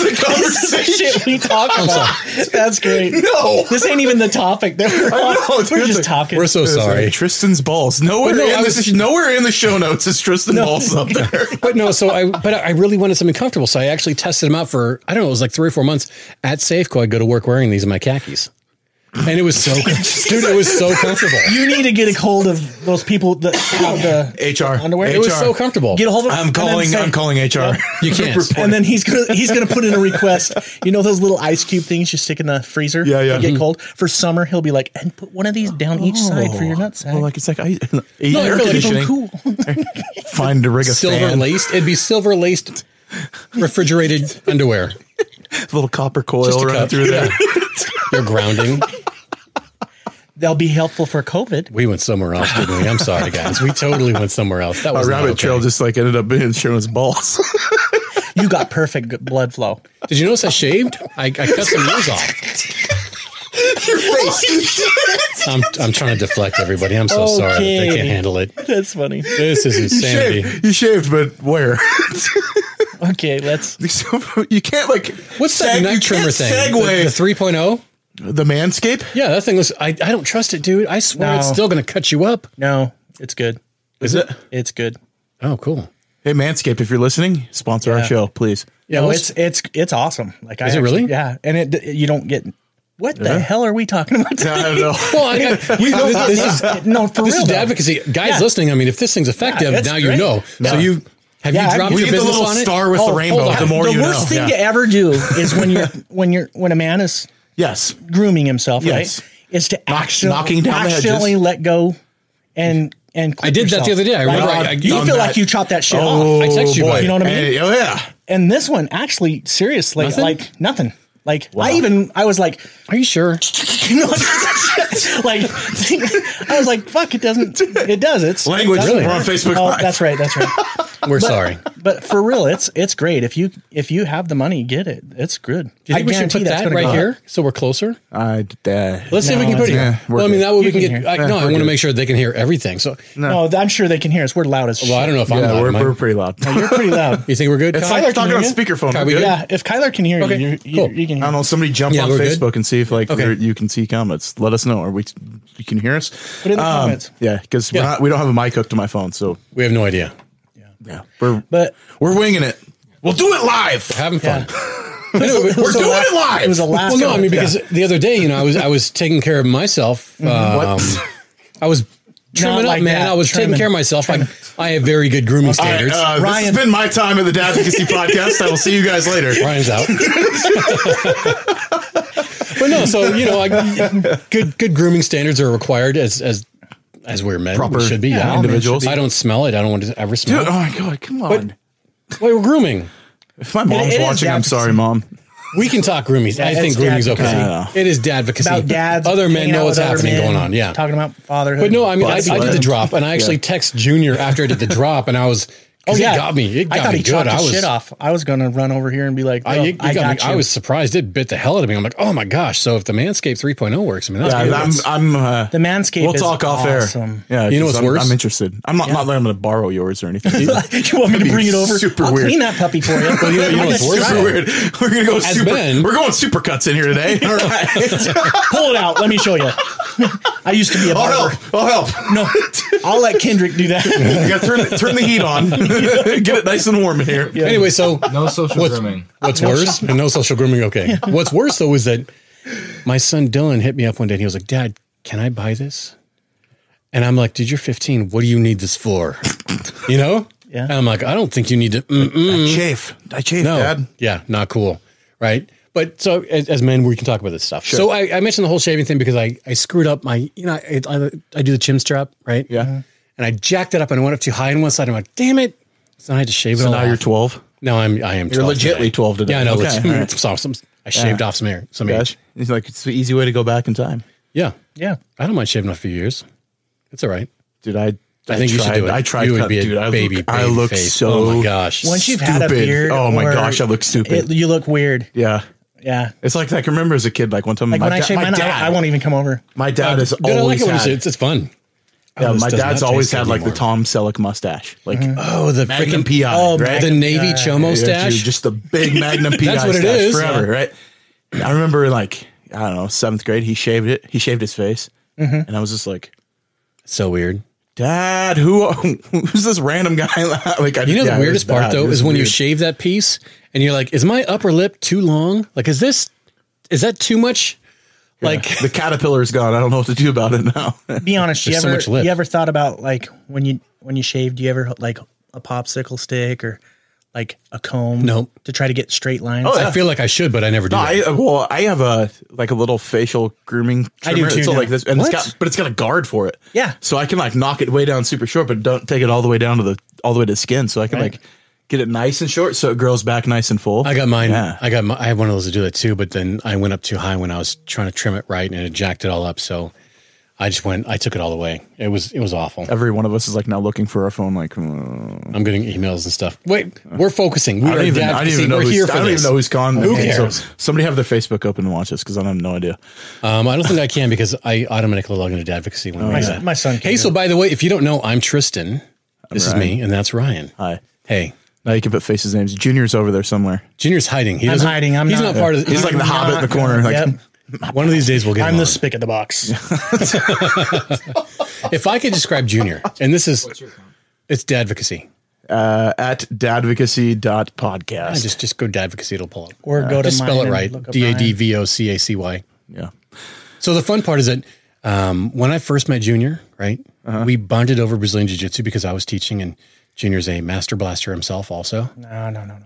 S3: the
S5: shit we talk about. That's great.
S3: No.
S5: This ain't even the
S2: <laughs>
S5: topic that we're on.
S3: know, dude,
S5: we're
S3: it's
S5: just
S3: like-
S5: talking.
S2: We're so
S3: It's like
S2: Oh, sorry.
S3: uh, Tristan's balls. Nowhere,
S2: But no, I
S3: in
S2: was-
S3: this, nowhere in the show notes is Tristan balls up
S2: <laughs>
S3: there.
S2: But no, so I but I really wanted something comfortable, so I actually tested them out for I don't know, it was like three or four months at Safeco. I'd go to work wearing these in my khakis, and it was
S3: <laughs>
S2: so dude, it was so comfortable.
S5: you need to get a hold of those people that have the
S3: HR
S5: Underwear?
S2: It was
S3: HR.
S2: so comfortable.
S5: get a hold of.
S3: I'm
S5: and then
S3: calling.
S5: say-
S3: I'm calling
S2: <laughs>
S3: HR.
S2: You can't.
S5: And then he's gonna he's gonna put in a request. You know those little ice cube things you stick in the freezer?
S3: Yeah, yeah. Mm-hmm. Oh.
S5: They get cold for summer. He'll be like, and put one of these down each side for your nutsack.
S3: Well, like it's like I,
S2: Oh.
S3: <laughs>
S2: No, I
S3: air
S2: feel like
S5: Keep 'em
S3: conditioning.
S5: cool.
S3: Find to rig a
S2: silver
S3: fan,
S2: laced. It'd be silver laced
S3: <laughs>
S2: refrigerated underwear.
S3: little copper coil
S2: Just a
S3: running
S2: cup.
S3: through <laughs> there.
S2: <laughs> You're grounding.
S5: They'll be helpful for COVID.
S2: We went somewhere else, didn't we? I'm sorry, guys. We totally went somewhere else. That
S3: A
S2: was not
S3: rabbit
S2: okay.
S3: trail just like ended up being Sharon's balls. <laughs>
S5: You got perfect g- blood flow. <laughs>
S2: Did you notice I shaved? I, I cut some ears off. <laughs> I'm, I'm trying to deflect everybody. I'm so sorry that they
S5: Okay.
S2: can't handle it.
S5: That's funny.
S2: This is insanity.
S3: shaved, you shaved, but where? <laughs>
S5: Okay, let's.
S3: you can't like.
S2: What's that
S3: seg- you
S2: neck trimmer
S3: can't
S2: thing?
S3: Segue
S2: The, the 3.0?
S3: the, manscape.
S2: Yeah, that thing was. I, I don't trust it, dude. I swear
S5: No.
S2: it's still going to cut you up.
S5: No, it's good.
S2: Is it?
S5: It's good.
S2: Oh, cool.
S3: Hey, Manscaped, if you're listening, sponsor our
S5: Yeah.
S3: show,
S5: <laughs>
S3: please.
S2: Yeah,
S5: no,
S2: what's-
S5: it's it's it's awesome. Like, I
S2: Is it really?
S5: Yeah, and it you don't get. What the hell are we talking about?
S3: I
S5: <laughs>
S3: don't know.
S2: Well, I, I, you know, this is
S5: no, for
S2: this
S5: real.
S2: is
S5: though.
S2: advocacy, guys
S5: Yeah.
S2: listening. I mean, if this thing's effective,
S5: Yeah, it's
S2: now you
S5: great.
S2: know. So
S3: Yeah.
S2: you have
S5: Yeah,
S2: you
S5: I-
S2: dropped
S5: We
S2: your
S3: get the
S2: business
S3: little
S2: on
S3: star with
S2: it?
S3: the rainbow.
S2: hold on.
S3: The more
S5: the
S3: you
S5: worst
S3: know.
S5: thing
S3: Yeah.
S5: to ever do is when you're <laughs> when you're when a man is
S3: Yes,
S5: grooming himself,
S3: Yes.
S5: right? Is to accident-
S3: knocking down the hedges.
S5: accidentally let go and and clip
S2: I did that
S5: yourself.
S2: the other day. I
S5: Like,
S2: remember I- I
S5: you
S2: done
S5: feel
S2: that.
S5: like you chopped that shit
S3: Oh,
S5: off.
S2: I text you
S3: boy.
S2: about it.
S5: You know what I mean?
S3: Hey, oh yeah.
S5: And this one actually, seriously,
S2: Nothing?
S5: like nothing. Like I even I was like,
S2: Are you sure?
S5: <laughs> you know, like I was <laughs> like, <laughs> fuck, it doesn't. It does. It's
S3: Language.
S5: It
S3: We're on Facebook
S5: Oh,
S3: Live.
S5: that's right.
S3: <laughs>
S5: That's right.
S2: We're sorry.
S5: But for real, it's it's great if you if you have the money, get it. It's good.
S2: Do you think we should put that
S5: gonna
S2: right
S5: go up.
S2: here so we're closer?
S3: I uh,
S2: Let's see if we
S5: No,
S2: can put it.
S5: it's-
S2: here.
S3: Yeah, we're
S2: well, I mean,
S3: good.
S2: that way we
S5: You
S2: can
S5: can
S2: get.
S5: hear.
S2: I, no, I
S3: we're
S2: want to
S3: good.
S2: make sure they can hear everything. So,
S5: No, I'm sure they can hear us. We're loud as shit.
S2: well, I don't know if I'm.
S3: yeah,
S2: loud,
S3: we're,
S2: am I?
S3: we're pretty loud.
S5: You're pretty loud.
S2: you think we're good?
S3: It's
S2: Kyle?
S3: like talking
S5: you
S3: on
S5: hear?
S3: speakerphone.
S2: Are
S3: We're
S2: we
S3: good.
S2: good?
S5: yeah, if Kyler can hear
S2: Okay,
S5: you, you, you,
S2: cool.
S5: you can
S3: I don't
S5: hear.
S3: know. Somebody jump
S2: Yeah,
S3: on
S2: we're good.
S3: Facebook and see if like
S2: Okay.
S3: there- you can see comments. Let us know. Are we? You can hear us. Um,
S5: Put it in the comments.
S3: Yeah, because
S2: Yeah.
S3: we don't have a mic hooked to my phone, so
S2: We have no idea.
S3: yeah, we're
S5: But
S3: we're winging it. We'll do it live.
S2: Having fun.
S3: We're doing
S5: So la-
S3: it live.
S5: It was a last.
S2: Well, no, I
S5: one.
S2: mean because the other day, you know, I was I was taking care of myself. Um,
S3: What?
S2: I was Trim
S5: Not
S2: it up,
S5: like
S2: man.
S5: that.
S2: I was
S5: Trim
S2: taking
S5: it.
S2: care of myself. I, I have very good grooming standards.
S3: uh, this
S5: Ryan-
S3: has been my time of the Dad
S5: <laughs>
S3: Advocacy Podcast. I will see you guys later.
S2: Ryan's out. but no, so you know, I, good good grooming standards are required as as as we're men.
S3: Proper
S2: we should be.
S3: yeah,
S2: Yeah,
S3: individuals.
S2: I don't smell it. I don't want to ever smell.
S3: Dude, oh
S2: it.
S3: my god, come on.
S2: Well, we're grooming.
S3: if my mom's
S5: it is
S3: watching, I'm
S5: advocacy.
S3: sorry, mom.
S2: We can talk groomies. I
S5: it's
S2: think grooming's okay.
S3: dadvocacy.
S2: It is dadvocacy.
S5: about dads.
S2: Other men
S5: hanging
S2: know
S5: out
S2: what's
S5: with other
S2: happening
S5: men,
S2: going on. Yeah.
S5: talking about fatherhood.
S2: but no, I mean, I,
S3: Butt
S2: I did the
S3: sweat.
S2: drop, and I actually text Junior after I did the drop, and I was, oh yeah, it got me. It got
S5: I thought
S2: me
S5: he
S2: good.
S5: chopped
S2: I
S5: his
S2: was,
S5: shit off. I was gonna run over here and be like,
S2: I,
S5: "Bro,
S2: it- it
S5: I
S2: got me-
S5: got you."
S2: I was surprised. It bit the hell out of me. I'm like, oh my gosh. So if the Manscaped 3.0 works, I mean, that's
S3: Yeah,
S2: good.
S3: I'm.
S2: That's-
S3: I'm uh,
S5: the Manscaped.
S3: we'll
S5: is
S3: talk off
S5: awesome.
S3: air. Yeah,
S2: You know
S3: 'cause
S2: what's
S3: I'm,
S2: worse?
S3: I'm interested. I'm not. Not that I'm going to borrow yours or
S2: <laughs>
S3: anything.
S5: you want me to bring it over?
S3: super
S5: I'll
S3: weird.
S5: clean that puppy for you.
S2: Well, you know- you know what's worse?
S3: super
S2: though?
S3: weird. We're gonna go super.
S2: Ben-
S3: we're going super cuts in here
S2: <laughs>
S3: today. All right.
S5: <laughs> Pull it out. Let me show you. <laughs> I used to be a
S3: <laughs> I'll
S5: barber.
S3: help. I'll help.
S5: No, I'll let Kendrick
S3: <laughs>
S5: do that.
S3: You gotta turn the, turn the heat
S2: <laughs>
S3: on. Get it nice and warm in here.
S2: Anyway, so
S6: No social
S2: What's-
S6: grooming.
S2: What's worse? And no social grooming. Okay. What's worse though is that my son Dylan hit me up one day and he was like, "Dad, can I buy this?" And I'm like, "Dude, you're 15. What do you need
S3: <laughs>
S2: this for?" You know?
S5: Yeah.
S2: And I'm like, "I don't think you need to." Mm-mm.
S3: I chafe. I chafe,
S2: Mm. No.
S3: Dad.
S2: Yeah. Not cool. Right. But so as, as men, we can talk about this stuff. So I, I mentioned the whole shaving thing because I, I screwed up my you know I, I, I do the chin strap right
S3: Yeah.
S2: and I jacked it up and I went up too high on one side. I'm like, "Damn it!" So I had to shave it.
S3: So
S2: all
S3: now
S2: off.
S3: you're 12.
S2: No, I'm I am.
S3: You're legitly
S2: 12 today.
S3: 12 today.
S2: Yeah, I know.
S3: Okay,
S2: <laughs> legit-
S3: all right.
S2: so- some- I shaved off some hair. Some age.
S3: Gosh. He's like, it's the easy way to go back in time.
S2: Yeah,
S5: yeah,
S2: I don't mind shaving off a few years. It's all right.
S3: Dude, I.
S2: I, think you should
S3: tried-
S2: do it.
S3: I tried.
S2: You would
S3: cut-
S2: be a
S3: dude, I
S2: baby.
S3: Look, I
S2: baby
S3: look
S2: face.
S3: so.
S2: Oh my gosh.
S5: once you've had a
S3: Stupid.
S5: beard,
S3: Oh my
S5: or-
S3: gosh, I look stupid.
S5: it- you look weird.
S3: Yeah.
S5: Yeah,
S3: It's like, like I remember as a kid, like one time
S5: like
S3: my,
S5: when I
S3: da-
S5: shave
S3: my
S5: mine,
S3: dad,
S5: I, I won't even come over.
S3: my dad is
S2: Dude, I like
S3: always
S2: it when it's,
S3: had,
S2: it's, it's fun.
S3: yeah,
S2: this
S3: my
S2: does
S3: dad's
S2: not
S3: always
S2: taste
S3: had
S2: good
S3: like the
S2: anymore.
S3: Tom Selleck mustache, like
S2: Oh, the
S3: Magnum
S2: freaking
S3: PI,
S5: Oh,
S3: right?
S2: the Navy chomo
S3: Mm-hmm. Yeah, dude,
S2: stash.
S3: just the big Magnum
S2: <laughs>
S3: PI
S2: That's what it
S3: stash
S2: is.
S3: forever, right? I remember like I don't know seventh grade. He shaved it. He shaved his face,
S2: Mm-hmm.
S3: and I was just like,
S2: so weird.
S3: "Dad, who <laughs> who's this random guy?" <laughs> like, I,
S2: You
S3: yeah,
S2: know
S3: it
S2: the
S3: was
S2: weirdest part
S3: bad. It
S2: though
S3: was
S2: is when you
S3: weird.
S2: shave that piece and you're like, is my upper lip too long? Like, is this is that too much? Like,
S3: the caterpillar's gone. I don't know what to do about it now. <laughs>
S5: Be honest, you
S2: There's so
S5: ever
S2: much lip.
S5: you ever thought about like when you when you shaved, you ever like a popsicle stick or like a comb?
S2: Nope.
S5: to try to get straight lines.
S3: Oh, yeah.
S2: I feel like I should, but I never do.
S3: No,
S2: that.
S3: I well, I have a like a little facial grooming.
S5: I
S3: Trimmer.
S5: do too
S3: It's all
S5: now.
S3: like this, and
S5: What?
S3: it's got but it's got a guard for it.
S5: Yeah.
S3: so I can like knock it way down super short, but don't take it all the way down to the all the way to the skin. So I can like get it nice and short, so it grows back nice and full.
S2: I got mine.
S3: Yeah.
S2: I got. My, I had one of those to do that too, but then I went up too high when I was trying to trim it right, and it jacked it all up. So I just went. I took it all the way. It was. It was awful.
S3: Every one of us is like now looking for our phone. Like mm.
S2: I'm getting emails and stuff. Wait, we're focusing. We
S3: I
S2: are
S3: don't even. I don't
S2: advocacy.
S3: even know.
S2: We're
S3: Who's,
S2: here
S3: I
S2: for
S3: don't
S2: this.
S3: even know who's gone. Who
S2: cares?
S3: somebody have their Facebook open and watch this because I have no idea.
S2: Um, I don't think I can because I automatically log into advocacy
S3: Oh,
S2: when we
S5: my,
S2: do
S5: son,
S2: that.
S5: my son.
S2: Hey, so by the way, if you don't know, I'm Tristan. This is me, and that's Ryan.
S3: Hi.
S2: Hey,
S3: Now you can put faces names. Junior's over there somewhere.
S2: Junior's hiding. He
S5: I'm
S2: doesn't-
S5: hiding. I'm
S2: he's
S5: not-
S2: not, part of. The,
S3: He's like the Hobbit in the corner. Like <laughs>
S5: Yep.
S2: one of these days we'll get.
S5: I'm
S2: him
S5: the
S2: on.
S5: spick of the box.
S2: If I could describe Junior, and this is, it's advocacy.
S3: at dadvocacy.podcast.
S2: I just just go dadvocacy. It'll pull up.
S5: Or go to
S2: just
S5: mine
S2: spell it
S5: and
S2: right.
S5: look up
S2: D a d
S5: mine.
S2: v o c a c y.
S3: yeah.
S2: So the fun part is that um, when I first met Junior, right, we bonded over Brazilian Jiu Jitsu because I was teaching, and Junior's a master blaster himself, also.
S5: No, no, no, no.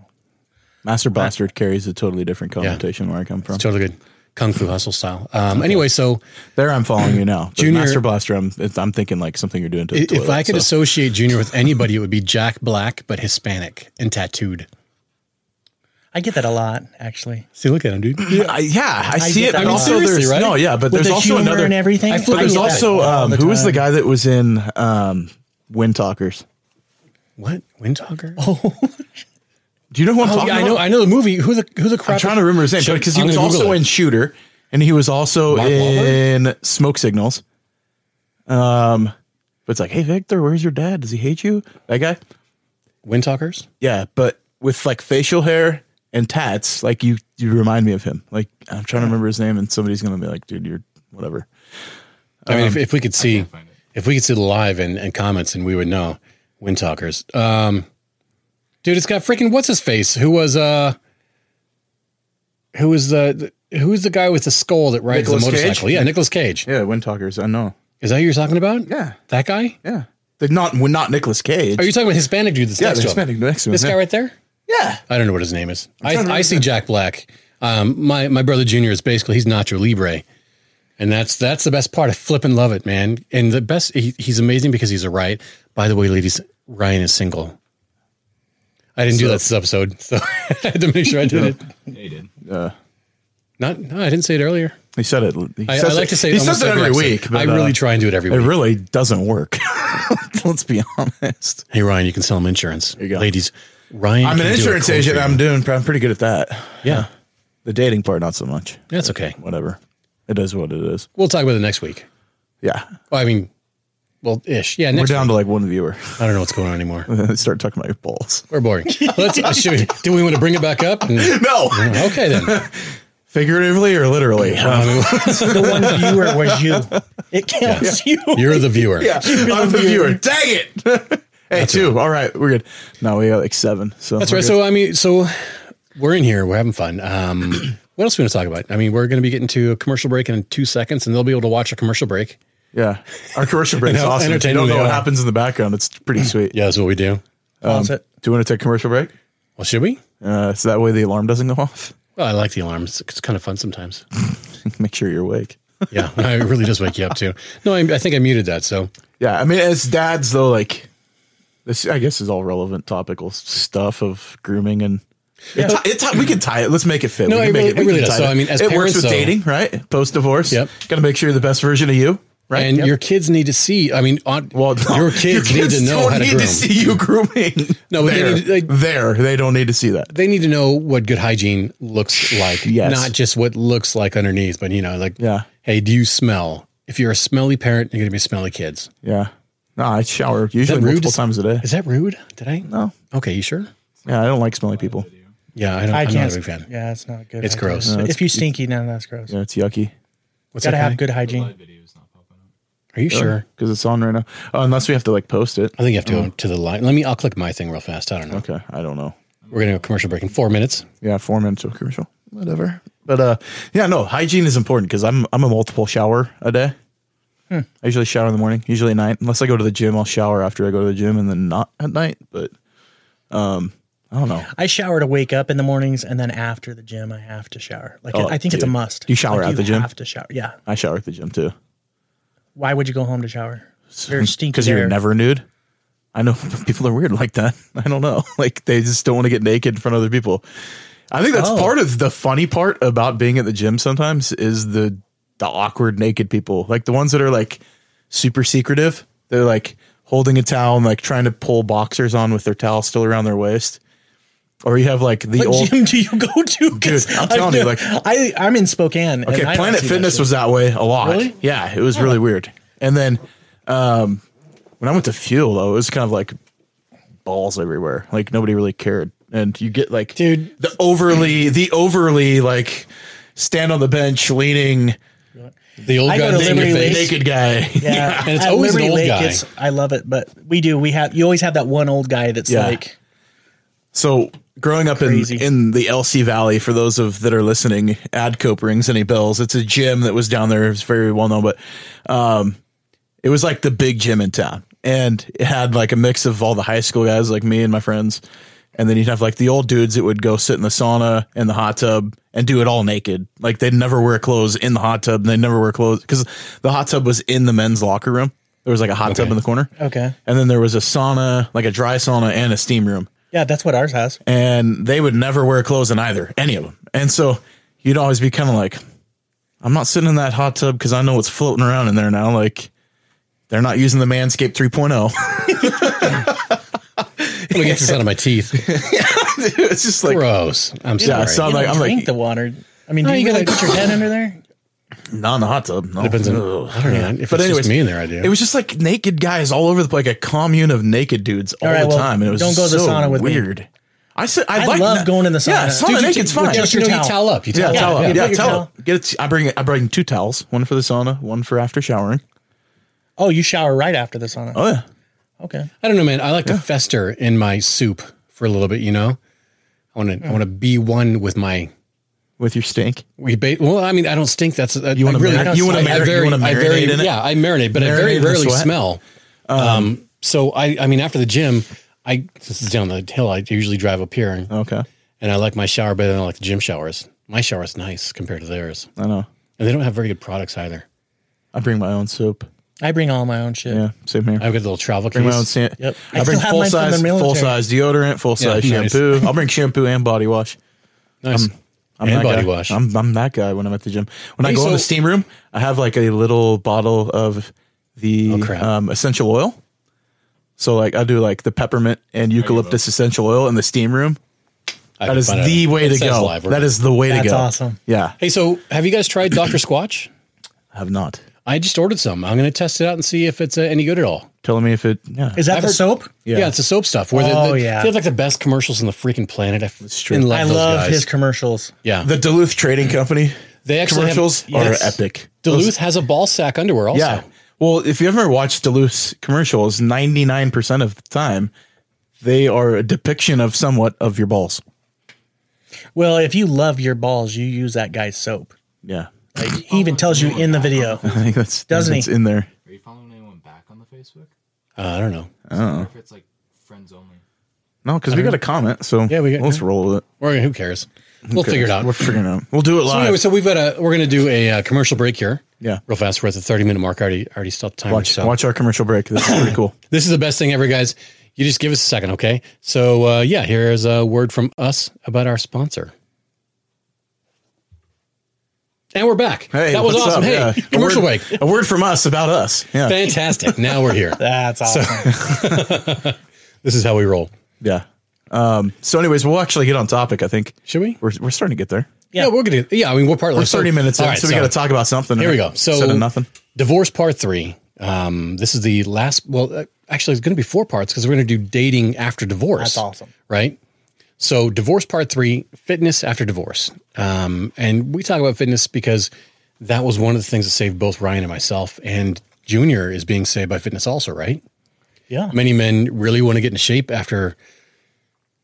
S3: Master Bastard carries a totally different connotation where I come from.
S2: Totally good kung fu hustle style. Um, Anyway, so
S3: There, I'm following you now. But
S2: Junior-
S3: Master Blaster, I'm, it's- I'm thinking like something you're doing to the
S2: i-
S3: toilet.
S2: if I could
S3: so.
S2: associate Junior with anybody, it would be Jack Black, but Hispanic and tattooed.
S5: I get that a lot actually.
S2: See, look at him, dude.
S3: I, yeah, I, see
S5: get
S3: it.
S5: that
S3: But
S5: a lot.
S3: also,
S2: Seriously,
S3: there's
S2: right?
S3: no, yeah, but
S5: With
S3: there's
S5: the
S3: also
S5: humor
S3: another
S5: and everything.
S2: I
S5: I
S2: flip-
S3: But there's
S5: get that
S3: also
S5: all
S3: um,
S5: the
S3: who was the
S5: time.
S3: guy that was in um, Wind Talkers?
S2: What wind talker?
S3: Do you know who I'm
S2: Oh,
S3: talking
S2: yeah, I
S3: about?
S2: know, I know the movie. Who the who the crap?
S3: I'm trying to remember his name
S2: Shit,
S3: because he
S2: I'm
S3: was
S2: gonna
S3: also
S2: Google it.
S3: in Shooter, and he was also
S2: Mark Wahlberg?
S3: in Smoke Signals. Um, but it's like, hey Victor, where's your dad? Does he hate you? That guy.
S2: wind talkers.
S3: Yeah, but with like facial hair and tats, like you you remind me of him. Like I'm trying to remember his name, and somebody's gonna be like, dude, you're whatever.
S2: I mean, if, if we could see,
S6: Um, find it.
S2: if we could see the live and, and comments, and we would know Wind Talkers. Um, dude, it's got freaking what's his face? Who was uh, who was the who's the guy with the skull that rides
S3: Nicolas
S2: the
S3: Cage?
S2: motorcycle? Yeah, Nicolas Cage.
S3: Yeah, wind talkers. I know.
S2: Is that who you're talking about?
S3: Yeah.
S2: That guy?
S3: Yeah. They're not we're not Nicolas Cage.
S2: Are you talking about Hispanic dude that's
S3: Yeah,
S2: next
S3: the
S2: to him?
S3: Hispanic next to him,
S2: This
S3: yeah.
S2: guy right there?
S3: yeah.
S2: I don't know what his name is. I,
S3: trying to
S2: I see Jack Black. Um, my my brother Junior is basically he's Nacho Libre, and that's that's the best part. I flip and love it, man. And the best he, he's amazing because he's a riot. By the way, ladies, Ryan is single. I didn't do that this episode, so <laughs> I had to make sure I
S3: <laughs>
S2: did it.
S6: Yeah, he did.
S2: Not no, I didn't say it earlier.
S3: He said it. He
S2: I, I
S3: says
S2: like to say it
S3: he says
S2: almost
S3: it every,
S2: episode.
S3: week. But,
S2: I really
S3: uh,
S2: try and do it every
S3: It
S2: week.
S3: really doesn't work. <laughs> Let's be honest.
S2: hey Ryan, you can sell him insurance,
S3: you go.
S2: ladies. Ryan,
S3: I'm
S2: can
S3: an
S2: do a
S3: insurance
S2: quote for
S3: agent.
S2: you.
S3: I'm doing. I'm pretty good at that.
S2: yeah,
S3: The dating part, not so much.
S2: that's okay.
S3: Whatever. It is what it is.
S2: We'll talk about it next week.
S3: Yeah.
S2: Well, I mean, well, ish. Yeah,
S3: We're
S2: next.
S3: down to like one viewer. <laughs>
S2: I don't know what's going on anymore.
S3: Start talking about your
S2: <laughs>
S3: balls.
S2: We're boring. Let's uh, should we, do we want to bring it back up?
S3: <laughs>
S2: And, uh,
S3: No,
S2: okay then.
S3: figuratively or literally. Um,
S5: the one viewer was you. It counts you.
S2: <laughs> You're the viewer.
S3: yeah, <laughs> I'm the viewer. Dang it. <laughs> hey, two. All right, we're good. No, we got like seven. So
S2: That's right. So I mean, so we're in here. We're having fun. Um, what else we want to talk about? I mean, we're going to be getting to a commercial break in two seconds, and they'll be able to watch a commercial break.
S3: yeah, our commercial
S2: <laughs>
S3: break's
S2: You know,
S3: awesome. If you don't
S2: entertaining
S3: know
S2: they
S3: what
S2: are.
S3: happens in the background, it's pretty sweet.
S2: Yeah, that's what we do.
S3: um,
S5: Pause it.
S3: Do you want to take a commercial break?
S2: Well, should we?
S3: Uh, so that way the alarm doesn't go <laughs> off.
S2: Well, I like the alarms. It's kind of fun sometimes.
S3: Make sure you're awake.
S2: Yeah, <laughs> no, it really does wake you up too. No, I, I think I muted that. So
S3: Yeah, I mean, as dads though, like this, I guess, is all relevant topical s- stuff of grooming and. It ti- it ti- we can tie it. Let's make it fit.
S2: No,
S3: we
S2: it
S3: can make
S2: really- it
S3: we
S2: really
S3: can
S2: does.
S3: tie
S2: So, I mean, as
S3: it works
S2: parents,
S3: with
S2: though-
S3: dating, right? Post divorce.
S2: Yep.
S3: Got to make sure you're the best version of you, right?
S2: and
S3: Yep.
S2: your kids need to see. I mean, on,
S3: well, no, <laughs>
S2: your, kids need to know
S3: don't
S2: how to
S3: need
S2: groom.
S3: to see you grooming.
S2: <laughs> No, but they
S3: there,
S2: need to- they-
S3: there, they don't need to see that.
S2: they need to know what good hygiene looks like,
S3: Yes.
S2: not just what looks like underneath, but you know, like,
S3: Yeah.
S2: hey, do you smell? If you're a smelly parent, you're going to be smelly kids.
S3: Yeah. No, I shower usually
S2: rude
S3: multiple
S2: to s-
S3: times a day.
S2: Is that rude? Did I?
S3: No.
S2: Okay, you sure?
S3: Yeah, I don't like smelly people.
S2: Yeah, I don't, I
S5: I
S2: am
S5: can't.
S2: not a big fan.
S5: Yeah, it's not good.
S2: It's
S5: hygiene.
S2: gross. No,
S5: if you stinky, no, that's gross.
S3: Yeah, it's yucky.
S2: What's
S5: Gotta
S2: that
S5: have
S2: guy?
S5: good
S6: The
S5: hygiene.
S6: live video is not popping up.
S2: Are you sure?
S3: Because it's on right now. Oh, unless we have to like post it.
S2: I think you have to
S3: Mm.
S2: go to the line. Let me. I'll click my thing real fast. I don't know.
S3: Okay, I don't know.
S2: We're gonna go commercial break in four minutes.
S3: Yeah, four minutes of commercial. Whatever. But uh yeah, no, hygiene is important because I'm I'm a multiple shower a day.
S2: Hmm.
S3: I usually shower in the morning, usually at night. Unless I go to the gym, I'll shower after I go to the gym and then not at night. But um I don't know.
S5: I shower to wake up in the mornings, and then after the gym, I have to shower. Like
S3: Oh,
S5: I think it's a
S3: dude.
S5: must.
S3: You shower
S5: Like,
S3: at the gym?
S5: Have to shower. Yeah.
S3: I shower at the gym too.
S5: Why would you go home to shower?
S3: <laughs>
S5: You're stinky.
S3: Because you're
S5: there.
S3: never nude. I know <laughs> people are weird like that. I don't know. <laughs> Like they just don't want to get naked in front of other people. I think that's
S5: Oh.
S3: part of the funny part about being at the gym sometimes is the the awkward naked people. Like the ones that are like super secretive. They're like holding a towel and like trying to pull boxers on with their towel still around their waist. Or you have like the
S5: <laughs> What
S3: old
S5: gym do you go to? 'Cause
S3: Dude, I'm
S5: I
S3: telling you,
S5: know-
S3: like-
S5: I I'm in Spokane. and
S3: Okay,
S5: I don't
S3: Planet
S5: see that
S3: Fitness
S5: shit.
S3: was that way a lot.
S5: Really?
S3: Yeah, it was really weird. And then um, when I went to Fuel, though, it was kind of like balls everywhere. Like nobody really cared, and you get like
S2: Dude.
S3: the overly the overly like stand on the bench leaning
S2: The old
S5: I
S2: guy
S5: go to
S2: in your
S5: Liberty
S2: face.
S5: Lake.
S3: naked guy. <laughs>
S5: Yeah,
S2: And it's
S5: at
S2: always an old guy.
S5: it's- I love it, but we do. We have you always have that one old guy that's
S3: Yeah.
S5: like
S3: So growing up in,
S5: Crazy.
S3: in the LC Valley, for those of that are listening, Adcope rings any bells. It's a gym that was down there. It's very well known, but um, it was like the big gym in town, and it had like a mix of all the high school guys like me and my friends, and then you'd have like the old dudes that would go sit in the sauna and the hot tub and do it all naked. Like they'd never wear clothes in the hot tub, and they would never wear clothes because the hot tub was in the men's locker room. There was like a hot tub in the corner,
S5: okay. Oh.
S3: and then there was a sauna, like a dry sauna and a steam room
S5: Yeah, that's what ours has.
S3: and they would never wear clothes in either, any of them. And so you'd always be kind of like, I'm not sitting in that hot tub because I know what's floating around in there now. Like, they're not using the Manscaped oh." 3.0.
S2: Let me get this out of my teeth.
S3: <laughs> it's just <laughs> like,
S2: Gross. I'm sorry.
S3: yeah, so I'm
S5: You
S3: like,
S5: don't
S3: I'm
S5: drink
S3: like,
S5: the water. I mean, do
S2: No,
S5: you
S2: you
S5: really
S2: gotta- <laughs>
S5: put your head under there?
S3: not in the hot tub. No.
S2: Depends on-
S3: Ugh.
S2: I don't know. If
S3: But
S2: it's
S3: anyways,
S2: just me in there, I do.
S3: It was just like naked guys all over the place, like a commune of naked dudes all,
S5: All right,
S3: the
S5: well,
S3: time. And it was
S5: don't go to the
S3: so
S5: sauna with me.
S3: weird. I said I,
S5: I
S3: like
S5: love
S3: na-
S5: going in the
S3: Yeah,
S5: sauna.
S3: sauna
S5: Dude, you
S3: naked's
S5: ju-
S3: fine.
S5: just your
S2: you know, you
S5: towel.
S2: towel up. You
S3: Yeah,
S2: towel
S3: towel
S2: up.
S3: up.
S5: you
S3: Yeah,
S5: put your
S3: towel.
S5: towel.
S3: up. Get it. I bring I bring two towels, one for the sauna, one for after showering.
S5: Oh, you shower right after the sauna.
S3: Oh yeah,
S5: Okay.
S2: I don't know, man. I like to fester in my soup for a little bit. You know, I want to. I want to be one with my
S3: with your steak?
S2: We ba- well, I mean, I don't stink. That's uh,
S3: You wanna
S2: I really
S3: marinate-
S2: don't
S3: you wanna
S2: stink. I
S3: marinate- you
S2: very-
S3: wanna
S2: I
S3: marinate
S2: very-
S3: in it?
S2: Yeah, I marinate, but I very
S3: Marinate the
S2: rarely
S3: sweat?
S2: smell. Um, so I, I mean, after the gym, I this is down the hill. I usually drive up here, and,
S3: Okay.
S2: and I like my shower better than I like the gym showers. My shower is nice compared to theirs,
S3: I know.
S2: and they don't have very good products either.
S3: I bring my own soup.
S5: I bring all my own shit.
S3: Yeah, same here.
S2: I've got a little travel
S3: bring my own
S2: case.
S3: sa-
S5: Yep.
S3: I,
S5: I
S3: bring
S5: still have
S3: full
S5: mine from the
S3: size,
S5: military.
S3: full size deodorant, full size
S2: Yeah, nice.
S3: shampoo. I'll bring shampoo and body wash. um,
S2: Nice.
S3: I'm
S2: And
S3: that
S2: body
S3: guy.
S2: wash.
S3: I'm, I'm that guy when I'm at the gym. When I
S2: Hey,
S3: go in the
S2: so-
S3: steam room, I have like a little bottle of the
S2: Oh, crap.
S3: um, essential oil. So like I do like the peppermint and eucalyptus essential oil in the steam room. That
S2: I can
S3: is
S2: find out.
S3: the way
S2: It
S3: to
S2: says
S3: go.
S2: live, we're
S3: that
S2: good.
S3: is the way to
S5: That's
S3: go.
S5: awesome.
S3: Yeah,
S2: Hey, so have you guys tried Doctor Squatch?
S3: I have not.
S2: I just ordered some. I'm going to test it out and see if it's uh, any good at all.
S3: Telling me if it. Yeah,
S5: Is that
S2: I've
S5: the
S2: heard-
S5: soap?
S2: Yeah. it's the soap stuff. Where
S5: Oh,
S2: the, the,
S5: yeah.
S2: they have like the best commercials on the freaking planet. I
S3: It's true.
S2: freaking love
S5: I
S2: those
S5: love
S2: guys.
S5: his commercials.
S2: yeah,
S3: the Duluth Trading Company
S2: they actually have-
S3: commercials
S2: yes.
S3: are epic.
S2: Duluth has a ball sack underwear. Also.
S3: Yeah. Well, if you ever watch Duluth's commercials, 99% of the time, they are a depiction of somewhat of your balls.
S5: Well, if you love your balls, you use that guy's soap.
S3: Yeah. <laughs>
S5: Like, he even tells you in the video.
S3: I think that's,
S5: Doesn't
S3: that's
S5: he?
S3: in there.
S6: Are you following anyone back on the Facebook?
S2: Uh, I don't know.
S6: Oh. Or if it's like friends only.
S3: No, because we got a comment. So
S2: Yeah, we got-
S3: let's roll with it.
S2: Or who cares? We'll figure it out.
S3: We're figuring it out. We'll do it
S2: so,
S3: live.
S2: anyway, so we've got a we're going to do a uh, commercial break here.
S3: Yeah.
S2: real fast. We're at the 30 minute mark. I already I already stopped the timer.
S3: watch,
S2: so.
S3: watch our commercial break. This is pretty cool.
S2: This is the best thing ever, guys. You just give us a second, okay? So, uh, yeah, here is a word from us about our sponsor. And we're back.
S3: Hey,
S2: <laughs> that was
S3: what's
S2: awesome.
S3: up?
S2: Hey,
S3: Yeah.
S2: commercial
S3: a
S2: break.
S3: word, A word from us about us. Yeah.
S2: Fantastic. Now
S3: <laughs>
S2: we're here.
S5: That's awesome.
S2: This is how we roll.
S3: yeah. Um, so, anyways, we'll actually get on topic, I think.
S2: Should we?
S3: We're, we're starting to get there.
S2: Yeah,
S5: Yeah.
S2: we're gonna. Yeah, I mean, we're part.
S3: We're 30 minutes in, so, we got to talk about something.
S2: Here we go. So
S3: Instead of nothing.
S2: Divorce part three. Um, this is the last. Well, uh, actually, it's going to be four parts because we're going to do dating after divorce.
S5: That's awesome.
S2: right? So, divorce part three, fitness after divorce. Um, and we talk about fitness because that was one of the things that saved both Ryan and myself. And Junior is being saved by fitness also, right?
S5: Yeah.
S2: Many men really want to get in shape after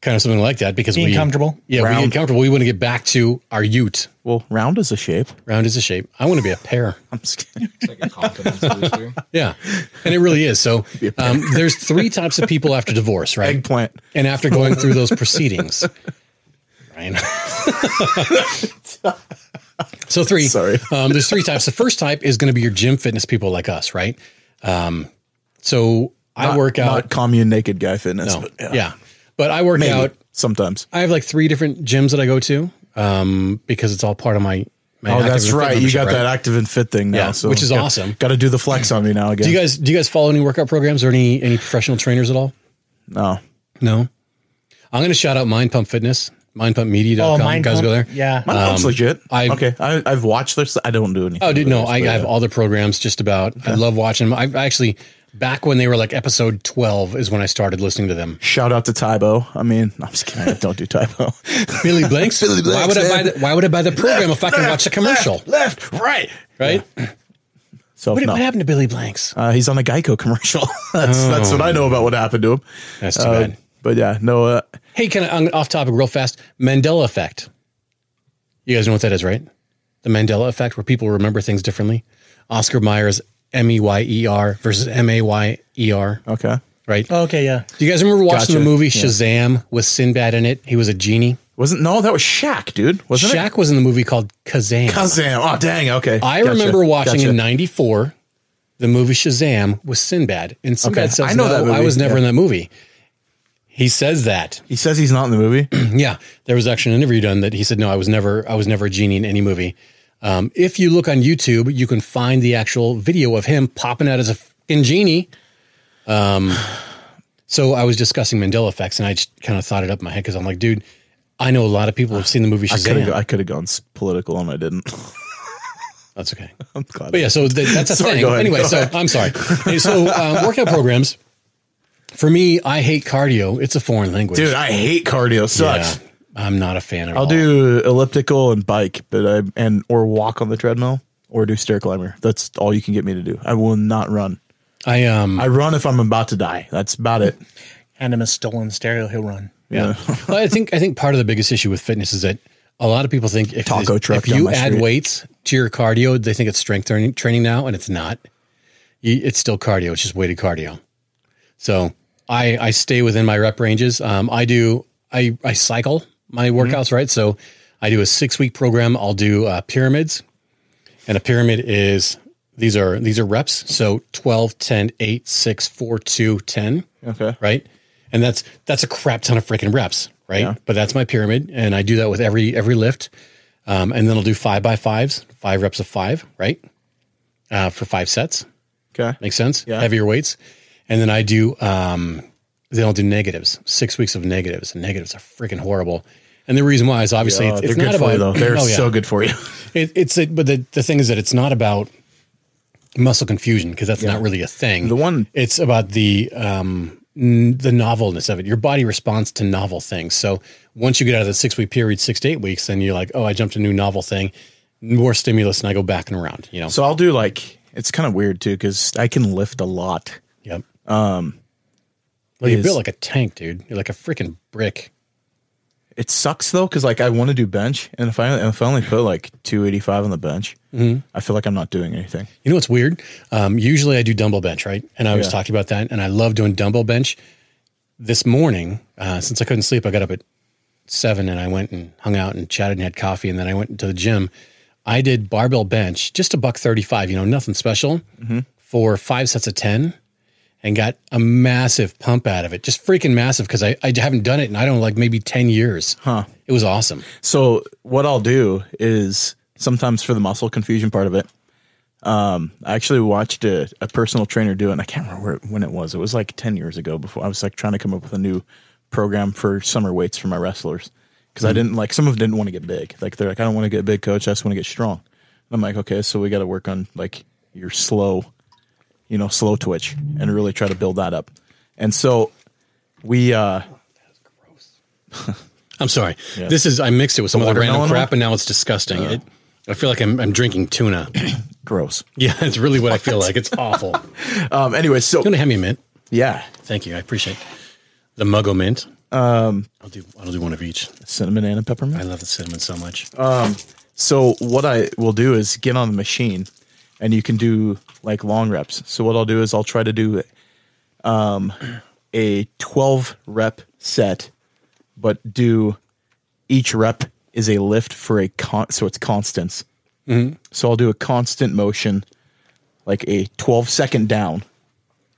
S2: kind of something like that because
S5: Being
S2: we
S5: comfortable.
S2: Yeah, we
S3: Round.
S2: get comfortable. We want to get back to our ute.
S3: Well, round is a shape. <laughs>
S2: Round is a shape. I want to be a
S5: <laughs>
S2: pear.
S3: I'm just kidding.
S6: It's like a confidence booster.
S2: Yeah, and it really is. So um, there's three types of people after
S5: <laughs>
S2: divorce, right?
S3: Eggplant.
S2: And after going through
S3: <laughs>
S2: those proceedings, Ryan. so three.
S3: Sorry.
S2: Um, there's three types. The first type is going to be your gym fitness people like us, right? Um, so I
S3: Not-
S2: work out.
S3: Not commune naked guy fitness.
S2: no,
S3: but
S2: yeah. but I work
S3: Maybe.
S2: out.
S3: sometimes.
S2: I have like three different gyms that I go to um, because it's all part of my. my
S3: Oh,
S2: Active
S3: that's
S2: and Fit
S3: right. You
S2: membership,
S3: got
S2: right?
S3: that active and fit thing now,
S2: Yeah,
S3: so
S2: which is awesome.
S3: Got to do the flex on me now again.
S2: Do you guys do you guys follow any workout programs or any any professional trainers at all?
S3: no,
S2: No. I'm going to shout out Mind Pump Fitness, mindpumpmedia.com.
S5: Oh,
S2: You
S5: mind
S2: guys go there.
S5: pump? Yeah.
S3: my mom's legit.
S2: I've-
S3: okay, I, I've watched this. I don't do anything.
S2: Um, Oh, dude,
S3: with
S2: no,
S3: this,
S2: I, I
S3: but,
S2: have
S3: uh,
S2: all the programs just about. I love watching them. I actually, back when they were like episode 12 is when I started listening to them.
S3: Shout out to Tybo. I mean, I'm just kidding. I don't do
S2: <laughs>
S3: Tybo. <laughs>
S2: Billy Blanks?
S3: Billy
S2: why,
S3: Blanks,
S2: would I buy
S3: man.
S2: the, why would I buy the program if I can
S3: <laughs>
S2: watch the commercial?
S3: left, right.
S2: Right?
S3: So
S2: What,
S3: no,
S2: what happened to Billy Blanks?
S3: uh, he's on a Geico commercial. <laughs> that's that's
S2: Oh.
S3: what I know about what happened to him.
S2: That's too
S3: Uh,
S2: bad.
S3: But yeah, no. Uh,
S2: Hey, can I, I'm off topic real fast. Mandela effect. You guys know what that is, right? The Mandela effect, where people remember things differently. Oscar Myers, M E Y E R versus M A Y E R,
S3: okay.
S2: right?
S5: Oh, Okay, yeah.
S2: Do you guys remember watching
S3: Gotcha.
S2: the movie Shazam with Sinbad in it? He was a genie.
S3: Wasn't no? That was Shaq, dude. Wasn't it?
S2: Shaq was in the movie called Kazam.
S3: Kazam. Oh, dang. Okay.
S2: I
S3: Gotcha.
S2: remember watching
S3: Gotcha.
S2: in '94 the movie Shazam with Sinbad, and Sinbad
S3: Okay,
S2: says,
S3: I know
S2: "No,
S3: that movie,
S2: I was never
S3: yeah.
S2: in that movie." He says that.
S3: He says he's not in the
S2: <clears throat>
S3: movie.
S2: Yeah, there was actually an interview done that he said, "No, I was never, I was never a genie in any movie." Um, if you look on YouTube, you can find the actual video of him popping out as a fucking genie. Um, so I was discussing Mandela effects, and I just kind of thought it up in my head because I'm like, dude, I know a lot of people have seen the movie
S3: I could have.
S2: Shazam.
S3: I could have gone s- political, and I didn't. <laughs>
S2: That's okay.
S3: I'm glad.
S2: But yeah, so th- that's
S3: <laughs>
S2: a
S3: Sorry,
S2: thing.
S3: go ahead,
S2: anyway,
S3: go
S2: so
S3: ahead.
S2: I'm sorry. Hey, So um, workout programs. For me, I hate cardio. It's a foreign language.
S3: dude, I hate cardio. Sucks.
S2: Yeah, I'm not a fan at all.
S3: I'll do elliptical and bike, but I and or walk on the treadmill or do stair climber. That's all you can get me to do. I will not run.
S2: I um.
S3: I run if I'm about to die. That's about it.
S5: Hand him a stolen stereo, he'll run.
S2: <laughs> Yeah. well, I think I think part of the biggest issue with fitness is that a lot of people think if,
S3: Taco
S2: this-
S3: truck
S2: if
S3: down
S2: you
S3: my
S2: add
S3: street.
S2: weights to your cardio, they think it's strength training, training now, and it's not. You, it's still cardio. It's just weighted cardio. So I, I stay within my rep ranges. Um, I do I, I cycle my
S3: Mm-hmm.
S2: workouts right. So I do a six week program. I'll do uh, pyramids, and a pyramid is these are these are reps. So 12, 10, 8, 6, 4, 2, 10
S3: Okay.
S2: right? And that's that's a crap ton of freaking reps, right? But that's my pyramid, and I do that with every every lift, um, and then I'll do five by fives, five reps of five, right? Uh, for five sets,
S3: Okay.
S2: makes sense.
S3: Yeah.
S2: Heavier weights, and then I do um, then I'll do negatives, six weeks of negatives, and negatives are freaking horrible. And the reason why is obviously
S3: Oh,
S2: it's,
S3: they're
S2: it's
S3: good
S2: not
S3: for
S2: about
S3: you though.
S2: <clears throat>
S3: They're
S2: <laughs> Oh, yeah.
S3: so good for you. <laughs>
S2: It, it's it, but the, the thing is that it's not about muscle confusion because that's not really a thing.
S3: The one-
S2: it's about the um n- the novelness of it. Your body responds to novel things. So once you get out of the six week period, six to eight weeks, then you're like, oh, I jumped a new novel thing, more stimulus, and I go back and around. You know.
S3: So I'll do like it's kind of weird too because I can lift a lot.
S2: yep. Um. Well, you
S3: is-
S2: built like a tank, dude. You're like a freaking brick.
S3: It sucks though because like I want to do bench and if I if I only put like two eighty five on the bench, I feel like I'm not doing anything.
S2: You know what's weird? Um, usually I do dumbbell bench, right? And I always
S3: Yeah.
S2: talk about that. And I love doing dumbbell bench. This morning, uh, since I couldn't sleep, I got up at seven and I went and hung out and chatted and had coffee. And then I went to the gym. I did barbell bench, just a buck 35, you know, nothing special for five sets of 10 and got a massive pump out of it. Just freaking massive because I, I haven't done it in, I don't know, like maybe 10 years. Huh. It was awesome.
S3: So what I'll do is sometimes for the muscle confusion part of it, um, I actually watched a, a personal trainer do it, and I can't remember where, when it was. It was like ten years ago. Before I was like trying to come up with a new program for summer weights for my wrestlers because I didn't like some of them didn't want to get big. Like they're like, I don't want to get big, coach. I just want to get strong. And I'm like, okay, so we got to work on like your slow, you know, slow twitch, and really try to build that up. And so we uh,
S2: I'm sorry. This is I mixed it with some other random
S3: watermelon Uh.
S2: crap, and now it's disgusting. it, I feel like I'm I'm drinking
S3: <clears throat>
S2: tuna.
S3: gross.
S2: yeah, it's really what I feel like. It's awful. You
S3: Um, anyway, so
S2: want to hand me a mint?
S3: yeah,
S2: Thank you. I appreciate the Muggo mint. Um, I'll do I'll do one of each.
S3: cinnamon and a peppermint.
S2: I love the cinnamon so much.
S3: Uh. So what I will do is get on the machine, and you can do like long reps. So what I'll do is I'll try to do, um, a twelve rep set, but do each rep is a lift for a con. So it's constants.
S2: Mm-hmm.
S3: So I'll do a constant motion, like a 12 second down.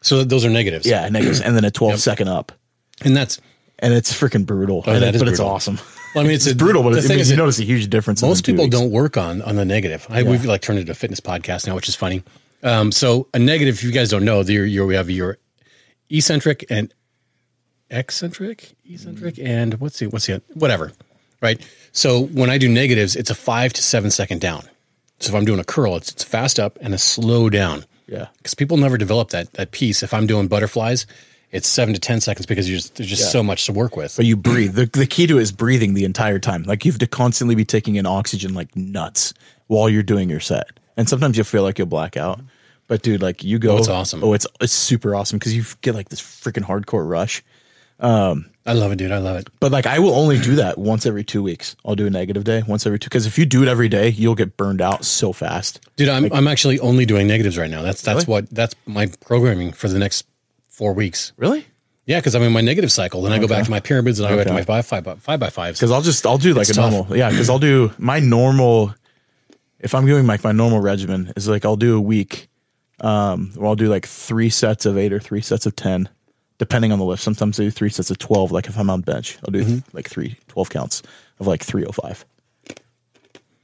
S2: so those are negatives.
S3: Yeah, and, it goes- and then a twelve second up,
S2: and that's
S3: and it's freaking brutal.
S2: Oh,
S3: And
S2: that
S3: it-
S2: is
S3: but it's
S2: brutal.
S3: awesome.
S2: well, I mean, it's, a-
S3: It's brutal, but
S2: the
S3: it, I
S2: thing
S3: mean,
S2: is
S3: you
S2: that
S3: notice a huge difference. in
S2: most
S3: the two
S2: people
S3: weeks.
S2: don't work on on the negative. I, We've like turned it into fitness podcast now, which is funny. Um, so a negative, if you guys don't know, the your we have your eccentric and eccentric, eccentric,
S3: Mm-hmm.
S2: and what's the what's the whatever, right? So when I do negatives, it's a five to seven second down. So if I'm doing a curl, it's it's a fast up and a slow down.
S3: Yeah.
S2: because people never develop that that piece. If I'm doing butterflies, it's seven to ten seconds because you just, there's just so much to work with.
S3: But you breathe.
S2: Mm-hmm.
S3: The, the key to it is breathing the entire time. Like you have to constantly be taking in oxygen like nuts while you're doing your set. And sometimes you'll feel like you'll black out. But dude, like you go.
S2: Oh, it's awesome.
S3: Oh, it's it's super awesome because you get like this freaking hardcore rush.
S2: I love it, dude. I love it.
S3: But like I will only do that once every two weeks. I'll do a negative day once every two. Because if you do it every day, you'll get burned out so fast.
S2: Dude, I'm I'm actually only doing negatives right now. That's that's what that's my programming for the next four weeks.
S3: Really?
S2: Yeah, because I'm in my negative cycle. Then I go back to my pyramids, and I go back to
S3: Okay.
S2: my five five by, five by fives.
S3: Because I'll just I'll do like
S2: It's
S3: a
S2: tough.
S3: normal. Yeah. Because I'll do my normal. If I'm doing like my normal regimen is like I'll do a week. Um, where I'll do like three sets of eight or three sets of ten, depending on the lift. Sometimes I do three sets of twelve. Like if I'm on bench, I'll do
S2: Mm-hmm.
S3: like three 12 counts of like three oh five.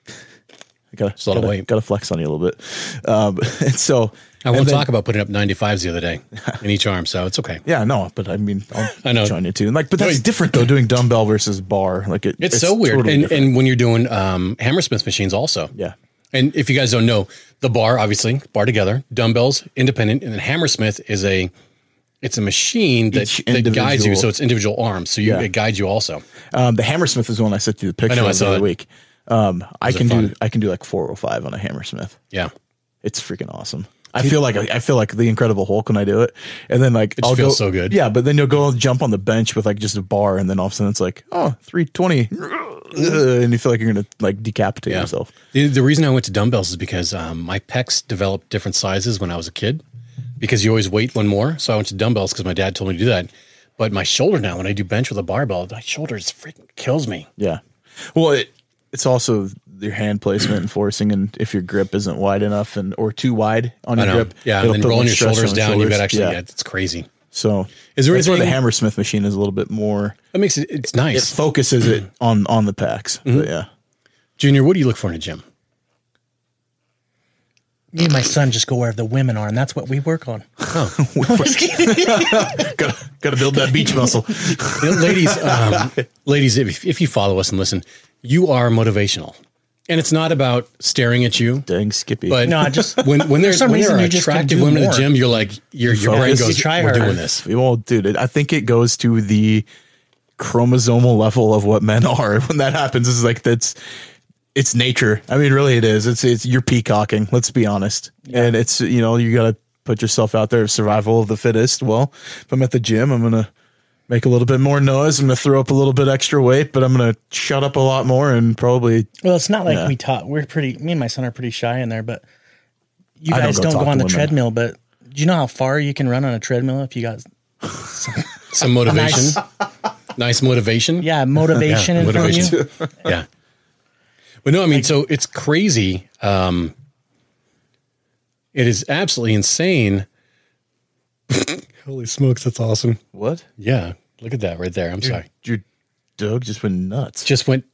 S3: I gotta,
S2: a lot
S3: gotta,
S2: of weight.
S3: gotta flex on you a little bit. Um, <laughs> and so
S2: I
S3: and
S2: won't
S3: then-
S2: talk about putting up 95s the
S3: <laughs>
S2: other day in each arm, so it's okay.
S3: Yeah, no, but I mean, I'll
S2: <laughs> I know.
S3: join you too. Like, but that's
S2: Wait.
S3: different though. Doing dumbbell versus bar, like it,
S2: It's, so weird.
S3: totally
S2: and
S3: different.
S2: and when you're doing um, Hammersmith machines, also.
S3: yeah,
S2: And if you guys don't know, the bar obviously bar together, dumbbells independent, and then Hammersmith is a it's a machine that,
S3: Each
S2: that guides you.
S3: individual.
S2: So it's individual arms, so you,
S3: Yeah.
S2: it guides you also.
S3: Um, the Hammersmith is the one I sent you the picture
S2: I know, I
S3: of
S2: saw
S3: the other
S2: it.
S3: week. Um, I
S2: are
S3: can do
S2: fun.
S3: I can do like 405 on a Hammersmith.
S2: Yeah,
S3: It's freaking awesome. I feel like I feel like the Incredible Hulk when I do it, and then like it
S2: just feels so good.
S3: Yeah, but then you'll go and jump on the bench with like just a bar, and then all of a sudden it's like oh 320, "Ugh," and you feel like you're gonna like decapitate yourself.
S2: The, the reason I went to dumbbells is because um, my pecs developed different sizes when I was a kid because you always wait one more. So I went to dumbbells because my dad told me to do that. But my shoulder now, when I do bench with a barbell, my shoulder is freaking kills me.
S3: Yeah. Well, it, it's also your hand placement and forcing, and if your grip isn't wide enough and or too wide on
S2: I
S3: your
S2: know.
S3: grip,
S2: Yeah.
S3: it'll
S2: And then
S3: put more
S2: rolling your
S3: stress on
S2: shoulders down, you
S3: shoulders.
S2: got actually, yeah. it's crazy.
S3: So
S2: Is there
S3: that's where the
S2: anything-
S3: Hammersmith machine is a little bit more.
S2: That makes it, it's
S3: It
S2: nice.
S3: focuses it on on the packs. But yeah,
S2: Junior, what do you look for in a gym?
S5: Me and my son just go wherever the women are, and that's what we work on.
S3: gotta gotta build that beach muscle.
S2: You know, <laughs> ladies, um, ladies, if, if you follow us and listen, you are motivational. And it's not about staring at you,
S3: <laughs> Dang, Skippy.
S2: but
S5: No, I just
S2: when when there's
S5: some
S2: when there
S5: reason
S2: are
S5: you just can
S2: attractive
S5: do
S2: women in the
S5: more.
S2: gym, you're like your your brain
S3: Focus.
S2: goes,
S5: You try
S2: we're
S5: harder."
S2: doing this.
S3: well, dude, it, I think it goes to the chromosomal level of what men <laughs> are. When that happens, it's like that's it's nature. I mean, really, it is. It's it's you're peacocking. Let's be honest. And it's you know you gotta put yourself out there. Survival of the fittest. Well, if I'm at the gym, I'm gonna make a little bit more noise. I'm gonna throw up a little bit extra weight, but I'm gonna shut up a lot more and probably
S5: Well, it's not like
S3: Yeah.
S5: we taught. We're pretty. Me and my son are pretty shy in there, but you
S3: I don't
S5: guys
S3: go
S5: don't go,
S3: talk
S5: on
S3: to
S5: the
S3: women.
S5: treadmill. But do you know how far you can run on a treadmill if you got
S2: Some motivation,
S5: nice,
S2: nice motivation.
S3: <laughs>
S5: yeah, motivation in front of you?
S2: motivation. <laughs> yeah. But no, I mean, so it's crazy. Um, it is absolutely insane. <laughs> Holy smokes, that's awesome.
S3: what
S2: Yeah, look at that right there. I'm sorry.
S3: your dog just went nuts.
S2: Just went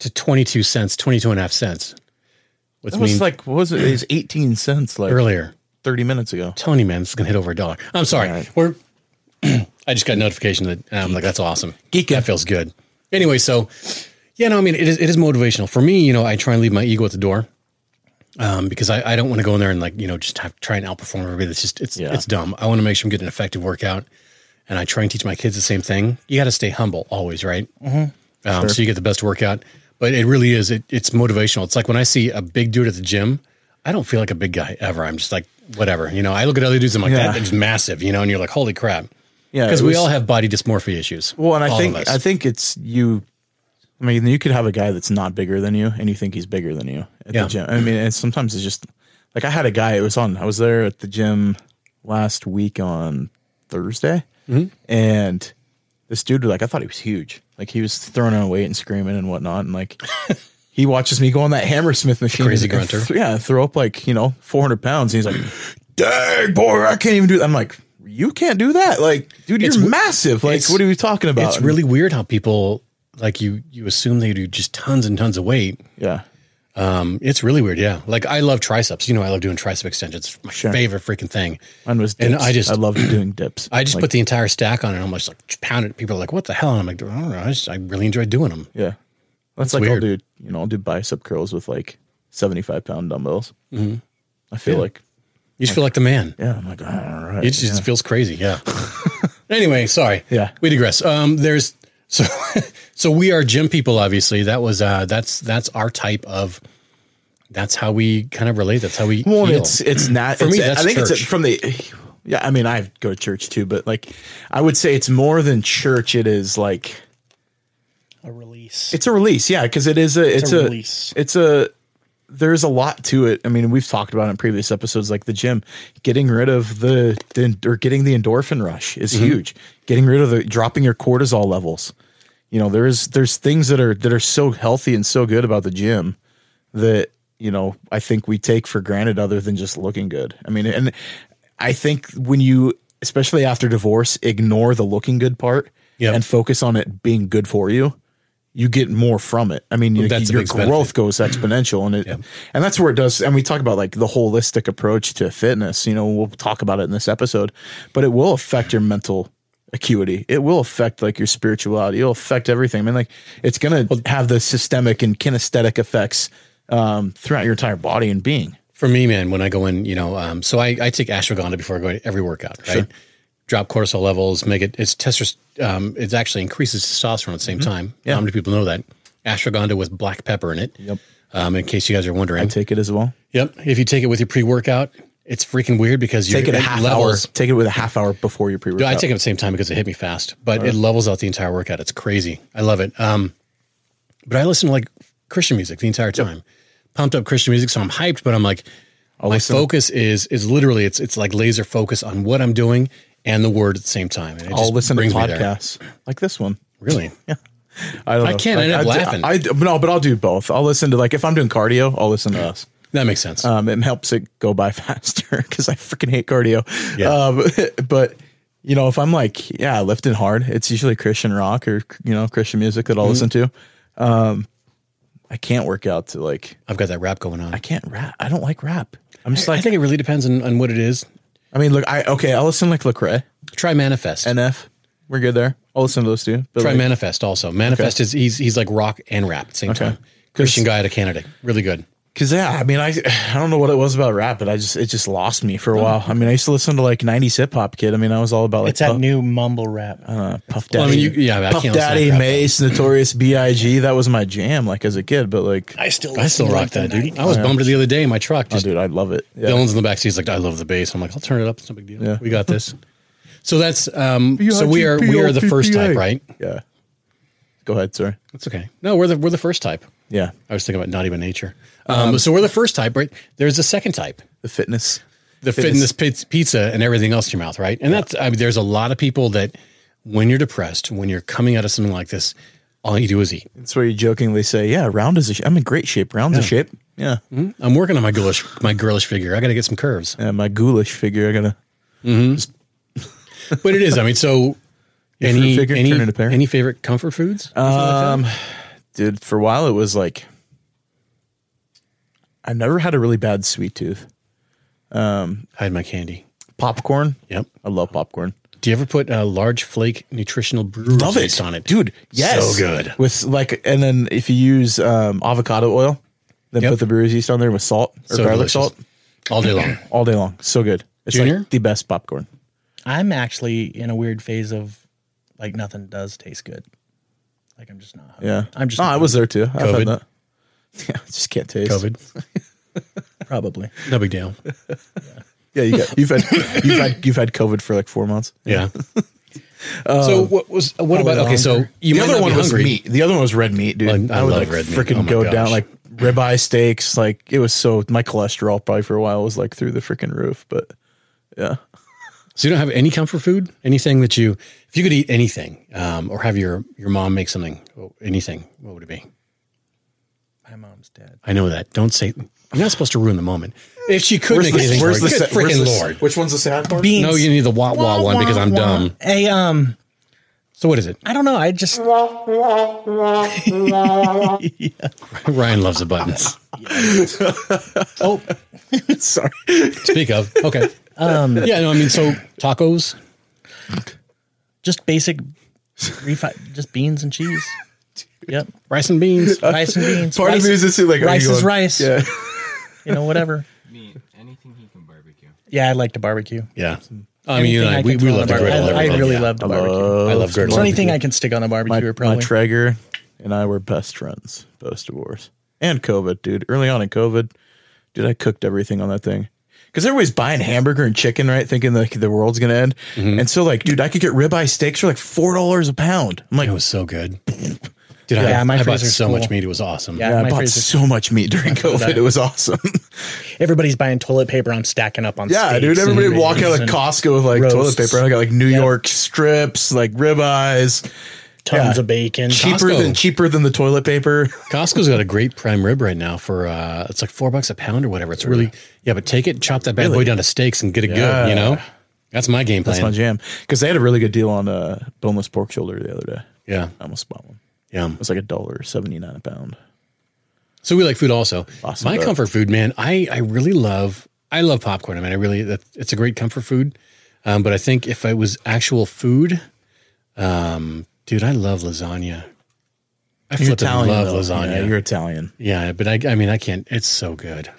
S2: to 22 cents, 22 and a half cents. Which
S3: That was
S2: means
S3: like what was it? It was 18 cents like
S2: earlier.
S3: 30 minutes ago.
S2: Tony, man, this is gonna hit over a dollar. I'm sorry.
S3: All right.
S2: We're <clears throat> I just got notification that and I'm like, that's awesome.
S3: Geeking.
S2: That feels good. Anyway, so yeah, no, I mean it is it is motivational. For me, you know, I try and leave my ego at the door. Um, because I, I don't want to go in there and like, you know, just have try and outperform everybody. That's just it's
S3: Yeah.
S2: it's dumb. I want to make sure I'm getting an effective workout. And I try and teach my kids the same thing. You gotta stay humble always, right? um, so you get the best workout. But it really is. It, it's motivational. It's like when I see a big dude at the gym, I don't feel like a big guy ever. I'm just like whatever. You know, I look at other dudes. I'm like
S3: Yeah.
S2: that dude's massive. You know, and you're like holy crap.
S3: Yeah,
S2: because
S3: it
S2: we
S3: was-
S2: all have body dysmorphia issues.
S3: Well, and I
S2: All
S3: think
S2: of us.
S3: I think it's you. I mean, you could have a guy that's not bigger than you, and you think he's bigger than you at
S2: Yeah.
S3: the gym. I mean, and sometimes it's just like I had a guy. It was on. I was there at the gym last week on Thursday,
S2: Mm-hmm.
S3: and this dude was like, I thought he was huge. Like he was throwing on weight and screaming and whatnot, and like. <laughs> He watches me go on that Hammersmith machine.
S2: Crazy
S3: and- and
S2: grunter.
S3: th- yeah, throw up like, you know, 400 pounds. And he's like, dang, boy, I can't even do that. I'm like, you can't do that. Like, dude, you're
S2: It's-
S3: massive. Like,
S2: it's-
S3: what are we talking about?
S2: it's really weird how people like you. You assume they do just tons and tons of weight.
S3: Yeah.
S2: Um, it's really weird. Yeah, like I love triceps. You know, I love doing tricep extensions. It's my
S3: Sure.
S2: favorite freaking thing.
S3: Mine was dips.
S2: And I just-
S3: I loved doing dips.
S2: I just
S3: Like,
S2: put the entire stack on it. and I'm just like pound it. People are like, "What the hell?" And I'm like, "I don't know. I, just, I really enjoy doing them."
S3: Yeah. That's like
S2: weird.
S3: I'll do you know, I'll do bicep curls with like seventy five pound dumbbells. Mm-hmm. I feel like
S2: You just feel like the man.
S3: yeah, I'm like, all right.
S2: It just feels crazy. Yeah. <laughs> anyway, sorry.
S3: Yeah.
S2: We digress. Um, there's <laughs> so so we are gym people. Obviously, that was uh, that's that's our type of. That's how we kind of relate. That's how we.
S3: Well,
S2: feel.
S3: it's it's not.
S2: For
S3: it's,
S2: me, that's
S3: I think it's
S2: church.
S3: from the. Yeah, I mean, I go to church too, but like, I would say it's more than church. It is like
S5: A release.
S3: it's a release, yeah, because it is a it's,
S5: a
S3: a,
S5: release.
S3: It's a there's a lot to it. I mean, we've talked about it in previous episodes, like the gym, getting rid of the, the or getting the endorphin rush is huge. Getting rid of the dropping your cortisol levels. You know, there's there's things that are that are so healthy and so good about the gym that you know I think we take for granted other than just looking good. I mean, and I think when you especially after divorce ignore the looking good part
S2: Yep.
S3: and focus on it being good for you you get more from it. I mean, you-
S2: that's a
S3: your
S2: big
S3: growth
S2: benefit.
S3: goes exponential, and it and that's where it does. And we talk about like the holistic approach to fitness. You know, we'll talk about it in this episode, but it will affect your mental acuity. It will affect like your spirituality. It'll affect everything. I mean, like it's gonna have the systemic and kinesthetic effects um, throughout your entire body and being.
S2: for me, man, when I go in, you know, um, so I, I take ashwagandha before I go to every workout, right? Drop cortisol levels, make it, it's testers, um, it actually increases testosterone at the same
S3: Mm-hmm.
S2: time. How many people know that? Ashwagandha with black pepper in it. Yep. Um, in case you guys are wondering.
S3: Take it as well.
S2: yep. If you take it with your pre workout, it's freaking weird because you
S3: Take it a half hour. Take it with a half hour before your pre
S2: I
S3: workout.
S2: take it at the same time because it hit me fast, but it levels out the entire workout. It's crazy. I love it. Um, But I listen to like Christian music the entire time, pumped up Christian music, so I'm hyped. But I'm like, my
S3: listen.
S2: focus is is literally it's it's like laser focus on what I'm doing and the word at the same time. And it
S3: I'll
S2: just
S3: listen to
S2: brings me there.
S3: podcasts like this one. <laughs>
S2: Really?
S3: I don't.
S2: I
S3: know.
S2: can't
S3: Like,
S2: end up
S3: I, d-
S2: laughing. Uh.
S3: I, d- no, but I'll do both. I'll listen to like if I'm doing cardio, I'll listen to us.
S2: That makes sense.
S3: Um, it helps it go by <laughs> faster because I freaking hate cardio.
S2: Yeah.
S3: Um, <laughs> but you know, if I'm like, yeah, lifting hard, it's usually Christian rock or you know Christian music that I'll
S2: Mm-hmm.
S3: listen to. Um, I can't work out to like
S2: I've got that rap going on.
S3: I can't rap. I don't like rap. I'm just
S2: I
S3: like I,
S2: think it really depends on, on what it is.
S3: mean, look, I okay, I'll listen like Lecrae,
S2: Try manifest.
S3: NF. We're good there. I'll listen to those two. But
S2: Try
S3: like,
S2: manifest also. Manifest is he's he's like rock and rap at the same time. Christian guy out of Canada, really good.
S3: Cause yeah, I mean, I <sighs> I don't know what it was about rap, but I just it just lost me for a while. I mean, I used to listen to like '90s hip hop, kid. I mean, I was all about like
S5: It's that
S3: Puff,
S5: new mumble rap.
S3: uh, Puff Daddy,
S2: Well, I mean, you- yeah, I
S3: Puff
S2: can't listen to
S3: Daddy,
S2: rap, though.
S3: Mace,
S2: <laughs>
S3: Notorious B.I.G. That was my jam, like as a kid. But like,
S5: I still
S2: I still
S5: listen to,
S2: rock
S5: like, the
S2: that, dude.
S5: 90s.
S2: I was bummed it the other day in my truck.
S3: oh,
S2: Just
S3: dude, I love it. Yeah.
S2: Dylan's in the back seat. He's like, I love the bass. I'm like, I'll turn it up. It's no big deal.
S3: Yeah.
S2: We got this. So that's um. So we are we are the first type, right?
S3: Yeah. Go ahead, sir.
S2: That's okay. No, we're the we're the first type.
S3: Yeah,
S2: I was thinking about not even nature. Um, so we're the first type, right? There's a second type,
S3: the fitness.
S2: the fitness piz- pizza and everything else in your mouth, right? And that's I mean, there's a lot of people that when you're depressed, when you're coming out of something like this, all you do is eat.
S3: It's where you jokingly say, "Yeah, round is a sh- I'm in great shape. Round's a shape. Yeah,
S2: I'm working on my girlish my girlish figure. I got to get some curves.
S3: yeah. My ghoulish figure. I gotta.
S2: But it is. I
S3: <laughs>
S2: mean, so any
S3: fruit figure
S2: any
S3: turn into pear?
S2: any favorite comfort foods?
S3: Um, dude, for a while it was like I never had a really bad sweet tooth.
S2: Hide my candy.
S3: Popcorn,
S2: Yep.
S3: I love popcorn.
S2: Do you ever put a large flake nutritional brew
S3: Love it
S2: on it,
S3: dude. Yes,
S2: So good.
S3: with like, and then if you use um, avocado oil, then
S2: Yep.
S3: put the brewer's yeast on there with salt or
S2: So
S3: garlic
S2: delicious.
S3: salt
S2: all
S3: <clears throat>
S2: day long?
S3: all day long. So good. It's
S2: Junior?
S3: like the best popcorn.
S5: I'm actually in a weird phase of like nothing does taste good. Like I'm just not. hungry.
S3: Yeah,
S5: I'm just.
S3: No, I was there too. I've had
S2: COVID.
S3: that. <laughs> Yeah, I just can't taste.
S2: COVID,
S5: probably.
S2: no big deal.
S3: Yeah, you got, you've
S2: <laughs>
S3: had you've had you've had COVID for like four months. <laughs>
S2: Yeah. so what was what about okay? So
S3: Um, oh, the
S2: you might
S3: other
S2: not
S3: one
S2: be
S3: was
S2: hungry.
S3: meat. The other one was red meat, dude.
S2: Like, I
S3: I, would
S2: love
S3: like
S2: red meat.
S3: freaking
S2: Oh my
S3: go
S2: gosh.
S3: down like ribeye steaks. Like it was so my cholesterol probably for a while was like through the freaking roof. But
S2: So you don't have any comfort food, anything that you if you could eat anything, um, or have your your mom make something, or anything. What would it be?
S5: My mom's dead.
S2: I know that. Don't say. You're not supposed to ruin the moment. If she could make anything, for it, good
S3: sa- where's
S2: freaking
S3: the-
S2: lord.
S3: Which one's the sad part?
S5: Beans.
S2: No, you need the wah wah one because I'm dumb.
S5: Hey, um,
S2: So what is it? <laughs>
S5: I don't know. I just
S2: Ryan loves the buttons.
S5: oh <laughs>
S3: Sorry,
S2: Speak of. Okay.
S5: um
S2: Yeah. No. I mean, so tacos.
S5: just basic refi- just beans
S3: <laughs>
S5: and cheese. Yep,
S2: Rice and
S5: <laughs>
S2: beans.
S5: rice and beans.
S3: part
S5: rice,
S3: of me is just like are you
S5: rice is
S3: going-
S5: rice. <laughs>
S3: Yeah,
S5: You know, whatever.
S6: Meat, anything he can barbecue.
S5: Yeah, I like to barbecue.
S2: Yeah. I mean, you and I,
S5: Anything I
S2: we,
S5: can
S2: we
S5: throw
S2: love
S5: on
S2: the
S5: a
S2: griddle.
S5: barbecue. I- I
S2: Everything.
S5: really
S2: Yeah.
S5: love the barbecue.
S2: I love
S5: So
S2: griddle.
S5: anything I can stick on a
S3: my,
S5: barbecue,
S3: my
S5: probably.
S3: Traeger and I were best friends post divorce and COVID, dude. Early on in COVID, dude, I cooked everything on that thing. Because everybody's buying hamburger and chicken, right? Thinking like the world's gonna end,
S5: Mm-hmm.
S3: and so like, dude, I could get ribeye steaks for like four dollars a pound. I'm like,
S2: It was so
S5: <laughs>
S2: good. Did I?
S5: Yeah, my
S2: I bought
S5: freezer's
S2: so much
S5: full.
S2: meat. It was awesome.
S5: Yeah.
S3: Yeah, I
S5: my
S3: bought
S5: freezer's-
S3: so much meat during COVID. It was
S5: <laughs>
S3: awesome.
S5: Everybody's buying toilet paper. I'm stacking up on.
S3: yeah,
S5: steaks
S3: dude. Everybody
S5: and
S3: would walk out
S5: ribs
S3: of
S5: and
S3: Costco with like toilet
S5: roasts.
S3: paper. and I got like New York strips, like ribeyes,
S5: Tons
S3: yeah.
S5: of bacon.
S3: cheaper
S2: Costco.
S3: than cheaper than the toilet paper.
S2: Costco's got a great prime rib right now for uh it's like four bucks a pound or whatever. It's really yeah, but take it, chop that bad boy down to steaks and get it good, you know? That's my game plan.
S3: That's my jam because they had a really good deal on uh, boneless pork shoulder the other day.
S2: yeah.
S3: I almost bought one.
S2: Yeah.
S3: It was like a dollar seventy nine a pound.
S2: So we like food also.
S3: Awesome,
S2: my
S3: bro.
S2: comfort food, man, I I really love I love popcorn. I mean, I really that it's a great comfort food. Um, but I think if it was actual food, um, dude, I love lasagna. I
S3: You're
S2: flippin'
S3: Italian,
S2: love
S3: though.
S2: lasagna.
S3: Yeah, you're Italian.
S2: Yeah, but I, I mean, I can't. It's so good.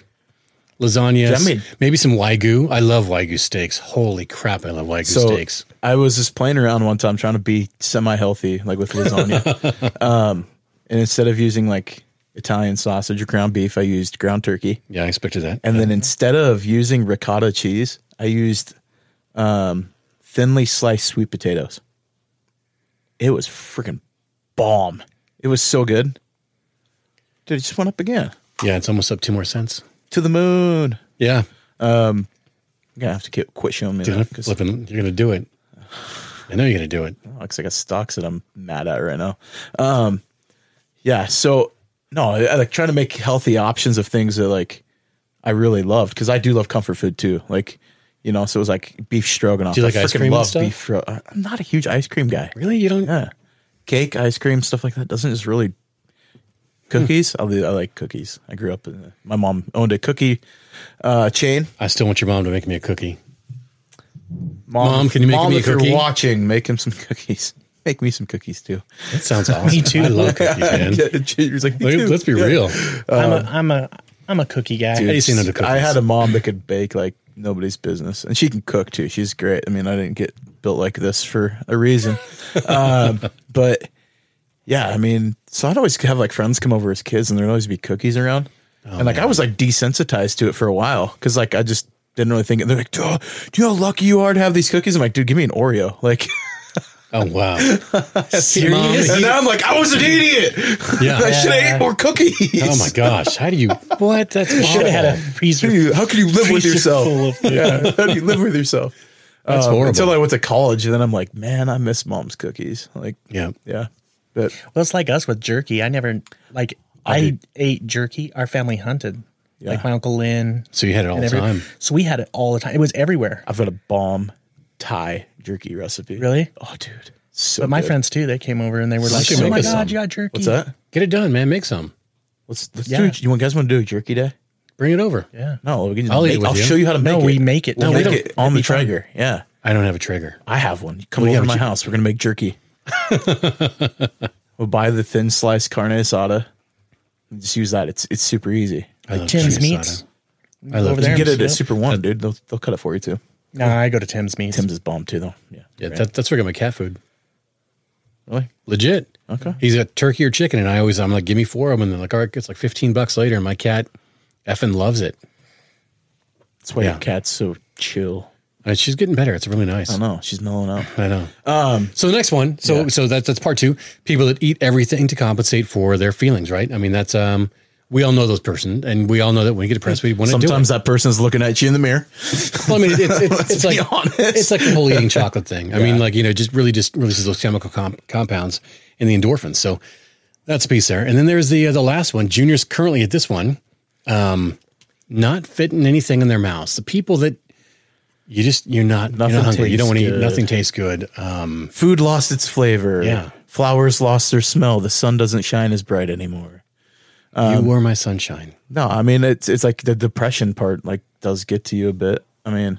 S2: Lasagna,
S3: I mean-
S2: maybe some wagyu. I love wagyu steaks. Holy crap, I love wagyu
S3: So
S2: steaks.
S3: I was just playing around one time trying to be semi healthy, like with lasagna. um, <laughs> and instead of using like Italian sausage or ground beef, I used ground turkey.
S2: Yeah, I expected that.
S3: And then instead of using ricotta cheese, I used um, thinly sliced sweet potatoes. It was freaking bomb. It was so good. Did it just went up again?
S2: Yeah, it's almost up two more cents.
S3: To the moon.
S2: Yeah,
S3: You're gonna have to ki- quit showing me
S2: Dude,
S3: that
S2: I'm
S3: because
S2: flipping. You're gonna do it. I know you're gonna do it.
S3: looks like a stocks that I'm mad at right now. Um, yeah. So no, I, I like trying to make healthy options of things that like I really loved because I do love comfort food too. Like you know, so it was like beef stroganoff.
S2: Do you like
S3: I
S2: ice
S3: freaking
S2: cream and
S3: love
S2: stuff?
S3: beef. Stro- I- I'm not a huge ice cream guy.
S2: Really, you don't?
S3: Yeah, cake, ice cream, stuff like that doesn't just really. Cookies.
S2: Hmm.
S3: I, li- I like cookies. I grew up. In, my mom owned a cookie uh, chain.
S2: I still want your mom to make me a cookie.
S3: Mom,
S2: Mom, can you make me a
S3: if
S2: cookie?
S3: You're watching. Make him some <laughs> cookies. Make me some cookies too.
S2: That sounds awesome. me too. <laughs> I love cookies,
S3: <laughs>
S2: man.
S3: Yeah, Junior's like,
S2: Like,
S3: "Dude,
S2: let's be
S3: yeah."
S2: real.
S5: I'm
S3: Uh,
S5: a I'm a I'm a cookie guy.
S2: Dude. How do you say no to cookies?
S3: I had a mom that could bake like nobody's business, and she can cook too. She's great. I mean, I didn't get built like this for a
S2: <laughs>
S3: reason, um, but yeah, I mean, so I'd always have like friends come over as kids, and there'd always be cookies around,
S2: Oh,
S3: and like I was like desensitized to it for a while because like I just didn't really think. it. They're like, "Duh, do you know how lucky you are to have these cookies?" I'm like, "Dude, give me an Oreo."
S2: <laughs>
S3: Like,
S2: Oh wow.
S3: and
S2: Serious?
S3: now I'm like, I was an idiot. <laughs> I
S2: Yeah.
S3: should have ate more cookies.
S2: Oh my gosh. How do you?
S3: <laughs>
S2: What? That's
S5: Should have had a
S2: awful.
S5: freezer.
S3: Dude, how can you live with
S5: <laughs> freezer
S3: yourself?
S5: full of-
S3: yeah, how do you live with yourself?
S2: That's
S3: Um,
S2: horrible.
S3: Until I went to college, and then I'm like, man, I miss mom's cookies. Like,
S2: yeah.
S3: yeah, but
S5: Well, it's like us with jerky. I never like I, ate jerky. Our family hunted. Like my uncle Lynn.
S2: So you had it all
S5: and
S2: the
S5: every-
S2: time.
S5: So we had it all the time. It was everywhere.
S3: I've got a bomb Thai jerky recipe.
S5: Really?
S3: Oh, dude, so
S5: But my
S3: good.
S5: friends too, they came over and they were like,
S2: should
S5: "Oh
S2: make
S5: my
S2: us
S5: god,
S2: some.
S5: you got jerky."
S3: what's that?
S2: Get it done, man. Make some.
S3: Let's let's
S5: Yeah.
S3: do. it. You want guys want to do a jerky day?
S2: Bring it over.
S5: Yeah.
S3: No, we can just
S2: I'll eat
S3: make-
S2: it with
S3: I'll
S2: you.
S3: show you how to make
S5: No,
S3: it.
S5: we make it.
S3: We'll
S5: No,
S3: make
S5: we don't.
S3: it on
S5: That'd
S3: the
S5: be fun.
S3: Traeger. Yeah,
S2: I don't have a trigger.
S3: I have one. You come
S2: yeah,
S3: over to
S2: but
S3: my
S2: you-
S3: house. We're gonna make
S5: <laughs>
S3: jerky. we'll buy the thin sliced carne asada. and Just use that. It's it's super easy.
S2: I love
S5: Tim's
S2: chicken
S5: Meats.
S2: asada. I love
S5: there
S3: You
S5: and
S3: get it
S5: shit.
S3: at Super One, dude. They'll they'll cut it for you too.
S5: No, I go to Tim's meats.
S3: Tim's is bomb too, though. Yeah.
S2: Yeah, that, that's where I get my cat food.
S3: Really?
S2: Legit.
S3: Okay.
S2: He's got turkey or chicken, and I always I'm like, give me four of them, and they're like, all right, it's like fifteen bucks later, and my cat effing loves it.
S3: That's why
S2: Yeah.
S3: your cat's so chill.
S2: And Uh, she's getting better. It's really nice.
S3: I don't know. She's mellowing out.
S2: I know. Um, so the next one, so
S3: yeah.
S2: so that's that's part two. People that eat everything to compensate for their feelings, right? I mean, that's um, we all know those person, and we all know that when we get depressed, we want to do
S3: <laughs>
S2: it.
S3: Sometimes that person's looking at you in the mirror.
S2: Well, I mean,
S3: <laughs>
S2: it's, it's, it's
S3: be
S2: like
S3: honest.
S2: it's like the whole
S3: <laughs>
S2: eating chocolate thing. I mean, like you know, just really just releases those chemical comp- compounds and the endorphins. So that's a piece there. And then there's the uh, the last one. Junior's currently at this one, um, not fitting anything in their mouths. The people that you just you're not
S3: Nothing
S2: you're not hungry. You don't want to
S3: tastes
S2: eat.
S3: good.
S2: Nothing tastes good. Um,
S3: Food lost its flavor.
S2: Yeah.
S3: Flowers lost their smell. The sun doesn't shine as bright anymore. Um,
S2: you were my sunshine.
S3: No, I mean it's it's like the depression part like does get to you a bit. I mean,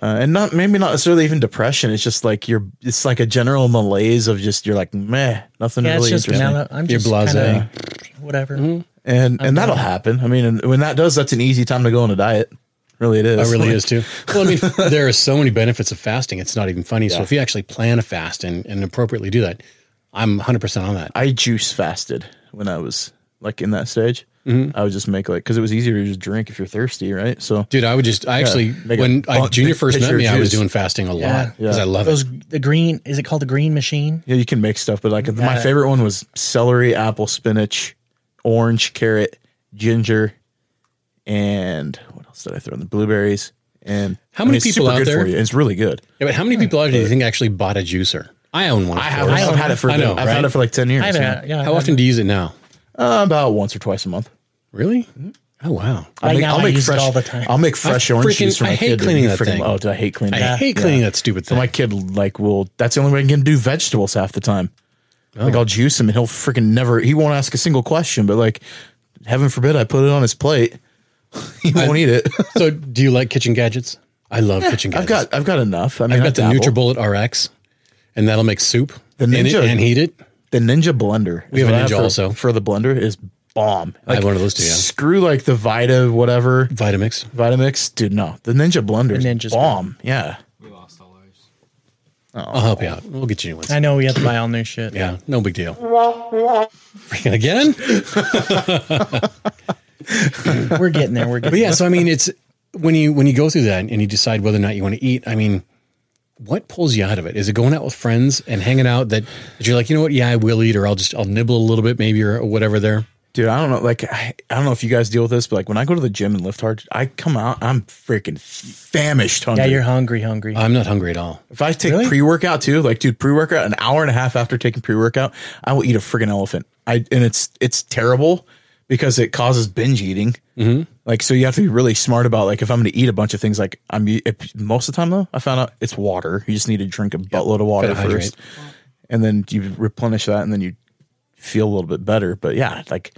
S3: uh, and not maybe not necessarily even depression. It's just like you're. It's like a general malaise of just you're like meh, nothing
S5: Yeah,
S3: really
S5: it's just
S3: interesting.
S5: now that I'm
S2: You're
S5: just
S2: blasé.
S5: kinda- whatever.
S2: Mm-hmm.
S3: and and that'll happen. I mean, and when that does, that's an easy time to go on a diet. Really, it is.
S2: It really
S3: Like,
S2: is too. <laughs> Well, I mean, there are so many benefits of fasting. It's not even funny. So if you actually plan a fast and, and appropriately do that, I'm 100% on that.
S3: I juice fasted when I was like in that stage. I would just make like because it was easier to just drink if you're thirsty, right? So
S2: Mm-hmm. Dude, I would just, I actually,
S3: make a
S2: when I,
S3: bun-
S2: Junior
S3: big
S2: first met
S3: pitcher
S2: me, I was
S3: juice.
S2: doing fasting a
S5: Yeah.
S2: lot because
S3: Yeah.
S2: I love
S5: Those
S2: it.
S5: the green is it called the green machine?
S3: yeah, you can make stuff, but like my
S5: it.
S3: favorite one was celery, apple, spinach, orange, carrot, ginger, and what else did I throw in? The blueberries and
S2: How many
S3: it's
S2: people
S3: super
S2: out
S3: good
S2: there-
S3: For you. It's really good.
S2: Yeah, but how many people out there do you think actually bought a juicer? I own one. of
S3: I have.
S2: course.
S3: I've had it for.
S2: I know,
S3: I've
S2: right?
S3: had it for like ten years.
S5: I haven't.
S3: yeah.
S5: had- Yeah, I
S2: How
S5: haven't.
S2: often do you use it now?
S3: Uh, about once or twice a month.
S2: Really?
S3: Mm-hmm.
S2: Oh, wow.
S3: I'll
S5: Right
S3: make,
S5: now,
S3: I'll
S5: I
S3: make
S5: use it
S3: fresh,
S5: all the time.
S3: I'll make fresh
S2: I
S3: orange
S2: freaking-
S3: juice for my
S2: I hate
S3: kid. dude.
S2: cleaning
S3: You
S2: that
S3: freaking-
S2: thing.
S3: Oh, do I hate cleaning?
S2: I
S3: it.
S2: hate
S3: Yeah.
S2: cleaning that stupid
S3: So
S2: thing.
S3: my kid like will. That's the only way I can do vegetables half the time.
S2: Oh.
S3: Like I'll juice him and he'll freaking never. He won't ask a single question. But like, heaven forbid, I put it on his plate. <laughs> he won't eat it.
S2: so do you like kitchen gadgets? I love
S3: <laughs>
S2: kitchen
S3: I've
S2: gadgets.
S3: got. I've got enough. I mean,
S2: I've
S3: I
S2: got the
S3: dabble.
S2: NutriBullet RX, and that'll make soup
S3: The
S2: in it
S3: Ninja-
S2: and heat it.
S3: The Ninja blender. We
S2: have a Ninja also.
S3: for the blender is bomb.
S2: I have one of those too, yeah.
S3: Screw like the Vita whatever
S2: Vitamix.
S3: Vitamix. Dude, no, the Ninja blender. is
S5: Ninja's
S3: bomb. Yeah.
S6: We lost all ours.
S2: I'll help you out. We'll get you new ones.
S5: I know we have to buy all new shit.
S2: Yeah, no big deal. Freaking again?
S5: We're getting there. We're
S2: <laughs> But
S5: getting
S2: yeah, so I mean, it's when you when you go through that and you decide whether or not you want to eat. I mean, what pulls you out of it? Is it going out with friends and hanging out that, that you're like, you know what? Yeah, I will eat, or I'll just I'll nibble a little bit, maybe or whatever. There,
S3: Dude, I don't know. Like, I, I don't know if you guys deal with this, but like when I go to the gym and lift hard, I come out, I'm freaking famished. Hungry.
S5: Yeah, you're hungry, hungry.
S2: I'm not hungry at all.
S3: If I take
S5: Really?
S3: pre workout too, like dude, pre workout an hour and a half after taking pre workout, I will eat a friggin' elephant. I and it's it's terrible because it causes binge eating. Like so, you have to be really smart about like if I'm going to eat a bunch of things. Like I'm if, most of the time though, I found out it's water. You just need to drink a buttload of water
S2: gotta hydrate.
S3: first, and then you replenish that, and then you feel a little bit better. But yeah, like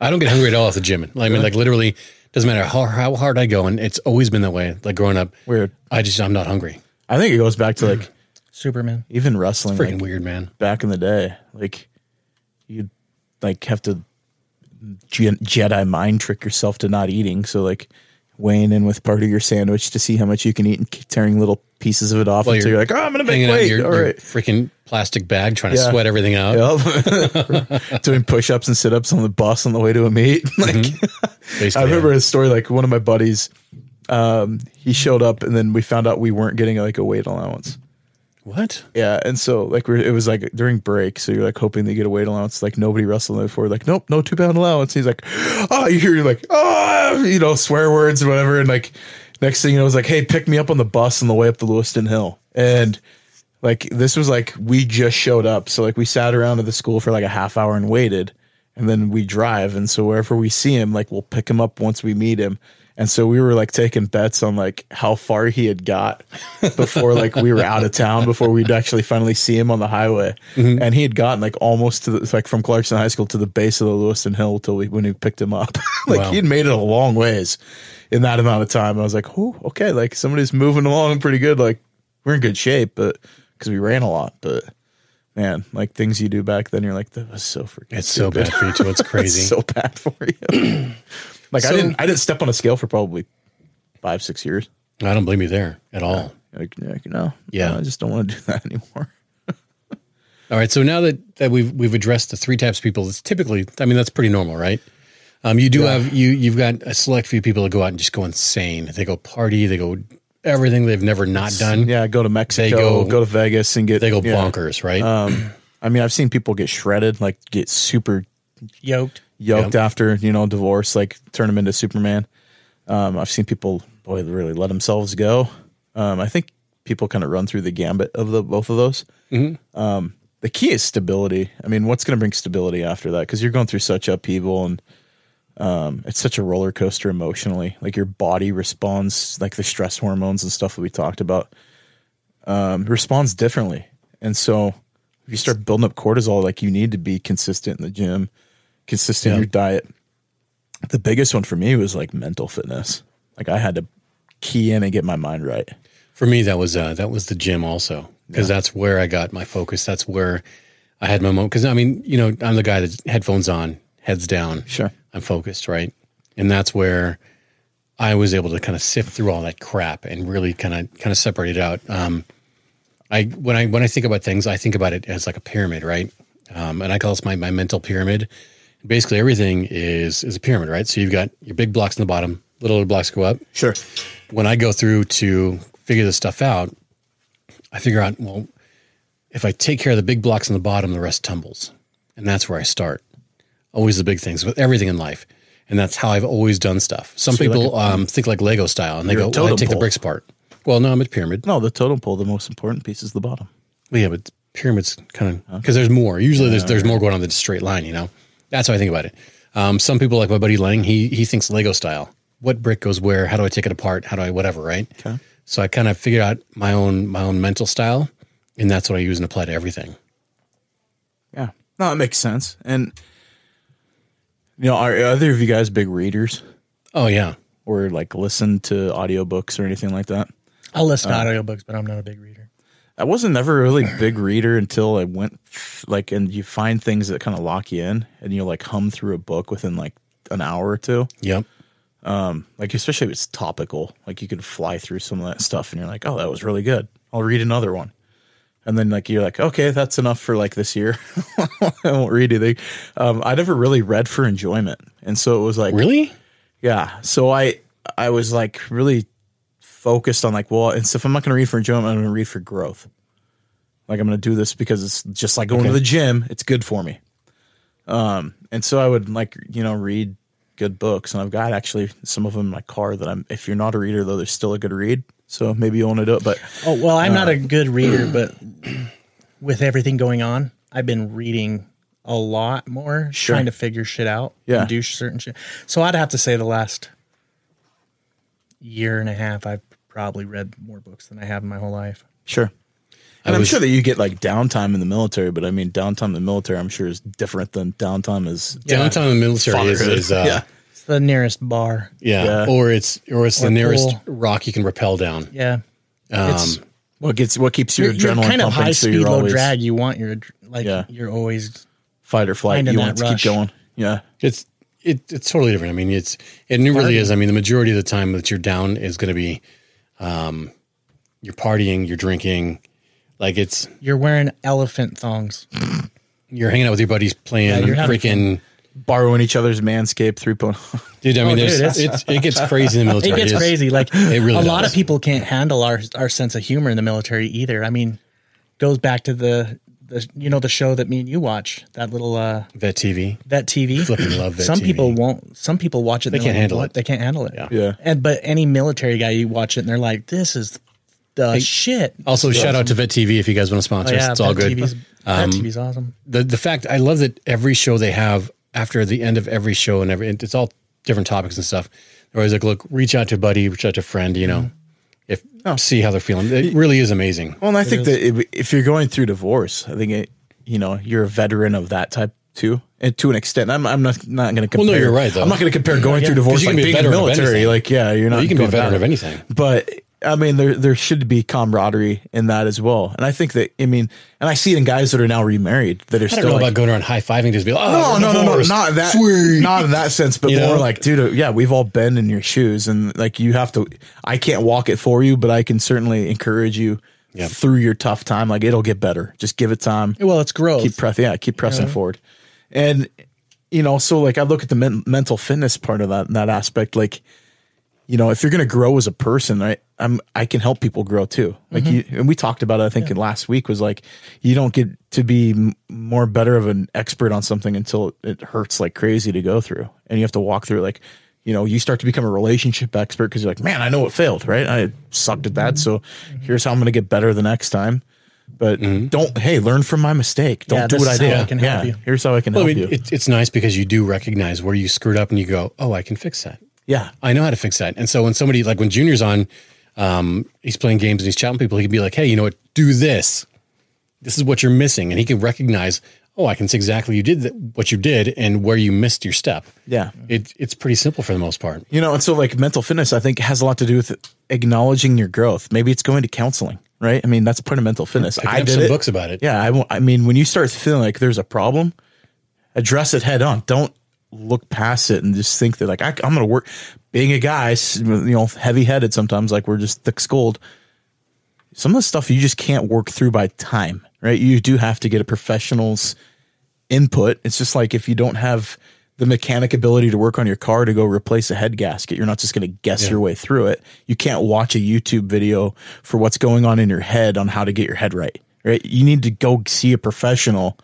S2: I don't get hungry at all at the gym. I mean, like literally, doesn't matter how, how hard I go, and it's always been that way. Like growing up,
S3: Weird.
S2: I just I'm not hungry.
S3: I think it goes back to like
S5: Superman.
S3: even wrestling.
S2: Freaking
S3: like,
S2: weird, man.
S3: back in the day. Like you'd like have to Je- Jedi mind trick yourself to not eating. So like weighing in with part of your sandwich to see how much you can eat and keep tearing little pieces of it off
S2: Well,
S3: until
S2: you're
S3: you're like, oh, I'm gonna make
S2: Hanging out
S3: weight.
S2: your,
S3: All
S2: your
S3: right.
S2: freaking plastic bag, trying to
S3: Yeah.
S2: sweat everything out.
S3: Yep. <laughs> Doing push ups and sit ups on the bus on the way to a meet. <laughs> like
S2: Basically,
S3: I remember
S2: Mm-hmm. yeah.
S3: a story like one of my buddies, um, he showed up and then we found out we weren't getting like a weight allowance.
S2: what?
S3: Yeah, and so like we're, it was like during break, so you're like hoping they get a weight allowance. Like nobody wrestled them before. Like nope, no two pound allowance. He's like, oh, you hear like oh, you know swear words and whatever. And like next thing you know, it's like hey, pick me up on the bus on the way up the Lewiston Hill. And like this was like we just showed up, so like we sat around at the school for like a half hour and waited, and then we drive. And so wherever we see him, like we'll pick him up once we meet him. And so we were like taking bets on like how far he had got <laughs> before like we were out of town before we'd actually finally see him on the highway. And he had gotten like almost to the like from Clarkson High School to the base of the Lewiston Hill till we when we picked him up. <laughs> like
S2: Wow.
S3: he'd made it a long ways in that amount of time. I was like, oh, okay, like somebody's moving along pretty good. Like we're in good shape, but because we ran a lot, but man, like things you do back then, you're like, that was so freaking
S2: It's so bad for you too. It's
S3: <laughs>
S2: crazy.
S3: it's so bad for you.
S2: <clears throat>
S3: like I
S2: So-
S3: didn't I didn't step on a scale for probably five six years.
S2: I don't blame you there at all.
S3: Like, like no,
S2: Yeah.
S3: no, I just don't want to do <laughs> that anymore.
S2: All right. So now that, that we've we've addressed the three types of people, it's typically I mean that's pretty normal, right? Um, you do have you you've got a select few people that go out and just go insane. They go party. They go everything they've never not done.
S3: Yeah, go to Mexico,
S2: go-
S3: go, to Vegas, and get
S2: They go
S3: yeah.
S2: bonkers, right?
S3: I mean, I've seen people get shredded, like get super
S5: Yoked.
S3: yoked after you know divorce, like turn them into Superman. Um, I've seen people, boy, really let themselves go. Um, I think people kind of run through the gambit of the both of those. Um, the key is stability. I mean, what's going to bring stability after that? Because you're going through such upheaval and um, it's such a roller coaster emotionally. Like your body responds, like the stress hormones and stuff that we talked about, um, responds differently. And so if you start building up cortisol, like you need to be consistent in the gym, consistent in your diet. The biggest one for me was like mental fitness. Like I had to key in and get my mind right.
S2: For me, that was uh, that was the gym also because that's where I got my focus. That's where I had my moment. Because I mean, you know, I'm the guy that's headphones on, heads down.
S3: Sure.
S2: I'm focused, right? And that's where I was able to kind of sift through all that crap and really kind of kind of separate it out. Um, I when I when I think about things, I think about it as like a pyramid, right? Um, and I call this my my mental pyramid. Basically, everything is is a pyramid, right? So you've got your big blocks in the bottom, little blocks go up
S3: Sure.
S2: when I go through to figure this stuff out, I figure out, well, if I take care of the big blocks on the bottom, the rest tumbles. And that's where I start. Always the big things with everything in life. And that's how I've always done stuff. Some people um, think like Lego style and they
S3: You're a
S2: go, well, I
S3: totem
S2: take the
S3: pole."
S2: bricks apart. Well, no, I'm a pyramid.
S3: No, the totem pole, the most important piece is the bottom.
S2: Yeah, but pyramids kind of because there's more. Usually there's there's more going on than just straight line. You know, that's how I think about it. Um, some people like my buddy Lang, he he thinks Lego style. What brick goes where? How do I take it apart? How do I whatever? Right. Okay. So I kind of figured out my own my own mental style, and that's what I use and apply to everything.
S3: Yeah. No, it makes sense. And you know, are either of you guys big readers
S2: Oh yeah,
S3: or like listen to audiobooks or anything like that?
S5: I'll
S2: uh,
S5: listen to audiobooks, but I'm not a big reader.
S3: I wasn't ever a really big reader until I went like and you find things that kind of lock you in and you'll like hum through a book within like an hour or two.
S2: yep.
S3: Like especially if it's topical. Like you could fly through some of that stuff and you're like, Oh, that was really good. I'll read another one. And then like you're like, okay, that's enough for like this year. <laughs> I won't read anything. Um, I never really read for enjoyment. And so it was like
S2: Really?
S3: yeah. So I I was like really focused on like, well, and so if I'm not gonna read for enjoyment, I'm gonna read for growth. Like I'm gonna do this because it's just like going to the gym, it's good for me. Um, and so I would like you know read good books, and I've got actually some of them in my car that I'm. If you're not a reader though, there's still a good read. So maybe you want to do it, but
S5: Oh well, I'm not a
S3: Uh,
S5: good reader,
S3: <clears throat>
S5: but with everything going on, I've been reading a lot more,
S3: Sure.
S5: trying to figure shit out,
S3: Yeah.
S5: and do certain shit. So I'd have to say the last year and a half, I've probably read more books than I have in my whole life.
S3: sure.
S2: I
S3: And I'm
S2: was-
S3: sure that you get like downtime in the military, but I mean downtime in the military, I'm sure is different than downtime is.
S2: Downtown in the military is,
S3: Fatherhood.
S2: is uh, yeah.
S3: <laughs> Yeah.
S5: It's the nearest bar.
S3: Yeah.
S2: or it's or it's
S5: Or
S2: the nearest
S5: pool.
S2: rock you can rappel down.
S5: Yeah, it's
S3: What gets what keeps your
S5: you're, you're
S3: Um, adrenaline
S5: kind of
S3: pumping,
S5: high
S3: so
S5: speed,
S3: you're
S5: low
S3: always
S5: drag. You want your adr- like
S3: Yeah.
S5: you're always
S3: fight or flight.
S5: finding
S3: You
S5: that
S3: want it to
S5: rush.
S3: keep going. Yeah,
S2: It's it, it's totally different. I mean, it's and it really is. I mean, the majority of the time that you're down is going to be, um, you're partying, you're drinking, like it's
S5: you're wearing elephant thongs.
S2: you're hanging out with your buddies playing
S5: Yeah, you're having
S2: freaking.
S3: borrowing each other's Manscaped 3.0.
S2: Dude, I mean,
S5: Oh, dude,
S2: there's, it's, it
S5: <laughs>
S2: gets crazy in the
S5: It
S2: military.
S5: gets
S2: is-
S5: crazy. Like
S2: <laughs> It really
S5: a lot
S2: does.
S5: of people can't handle our our sense of humor in the military either. I mean, goes back to the the you know the show that me and you watch that little uh
S2: Vet TV.
S5: vet TV.
S2: Flipping love Vet
S5: some
S2: TV.
S5: people won't. Some people watch it. They
S2: can't handle it.
S5: They can't handle it.
S2: Yeah.
S3: Yeah.
S5: And but any military guy, you watch it and they're like, this is the shit. Oh,
S2: Also, shout out to Vet TV if you guys want to sponsor us. It's all good.
S5: Vet
S2: Um,
S5: TV's, that TV's awesome.
S2: the the fact I love that every show they have after the end of every show and every and it's all different topics and stuff. They're always like, look, reach out to a buddy, reach out to a friend, you know,
S3: Mm-hmm.
S2: if
S3: Oh.
S2: see how they're feeling. It really is amazing.
S3: Well, and I think that if, if you're going through divorce, I think it, you know you're a veteran of that type too, and to an extent. I'm, I'm not not going to compare.
S2: no, you're right, though.
S3: I'm not going to compare going through divorce
S2: you can
S3: like
S2: be a
S3: being in the
S2: veteran of
S3: military.
S2: anything.
S3: Like, yeah, you're not.
S2: you can be
S3: going
S2: a veteran
S3: down.
S2: of anything.
S3: But I mean, there there should be camaraderie in that as well. And I think that I mean, and I see it in guys that are now remarried that are
S2: I don't
S3: still
S2: know
S3: like,
S2: about going around high fiving just be like,
S3: no,
S2: oh,
S3: no, no, no,
S2: divorced.
S3: not in that,
S2: Sweet.
S3: not in that sense, but
S2: You
S3: more
S2: know?
S3: like, dude, yeah, we've all been in your shoes, and like you have to. I can't walk it for you, but I can certainly encourage you
S2: Yeah.
S3: through your tough time. Like it'll get better. Just give it time.
S5: Well, it's growth.
S3: Keep pressing, yeah, keep pressing forward, and you know, so like I look at the men- mental fitness part of that that aspect, like. You know, if you're going to grow as a person, I, I'm I can help people grow too. Like
S5: Mm-hmm.
S3: you, and we talked about it. I think in last week was like, you don't get to be m- more better of an expert on something until it hurts like crazy to go through, and you have to walk through. Like, you know, you start to become a relationship expert because you're like, man, I know it failed, right? I sucked at
S5: Mm-hmm.
S3: that, so here's how I'm going to get better the next time. But don't, hey, learn from my mistake. Don't
S5: Mm-hmm. Yeah,
S3: do
S5: this
S3: what I
S5: is
S3: did.
S5: how I can help you.
S3: Here's how I can
S2: Well, I
S3: help
S2: mean,
S3: you.
S2: it, it's nice because you do recognize where you screwed up and you go, oh, I can fix that.
S3: yeah,
S2: I know how to fix that. And so when somebody like when Junior's on, um, he's playing games and he's chatting people, he can be like, hey, you know what? Do this. This is what you're missing, and he can recognize, oh, I can see exactly you did th- what you did and where you missed your step.
S3: yeah.
S2: It, it's pretty simple for the most part.
S3: You know, and so like mental fitness, I think has a lot to do with acknowledging your growth. Maybe it's going to counseling, right? I mean, that's part of mental fitness.
S2: Picking
S3: I
S2: up
S3: did
S2: some
S3: it.
S2: books about it.
S3: Yeah, I, won't- I mean, when you start feeling like there's a problem, address it head on. Don't look past it and just think that like I, I'm going to work. Being a guy, s- you know, heavy headed sometimes, like we're just thick skulled. Some of the stuff you just can't work through by time, right? You do have to get a professional's input. It's just like if you don't have the mechanic ability to work on your car to go replace a head gasket, you're not just going to guess your way through it. You can't watch a YouTube video for what's going on in your head on how to get your head right, right? You need to go see a professional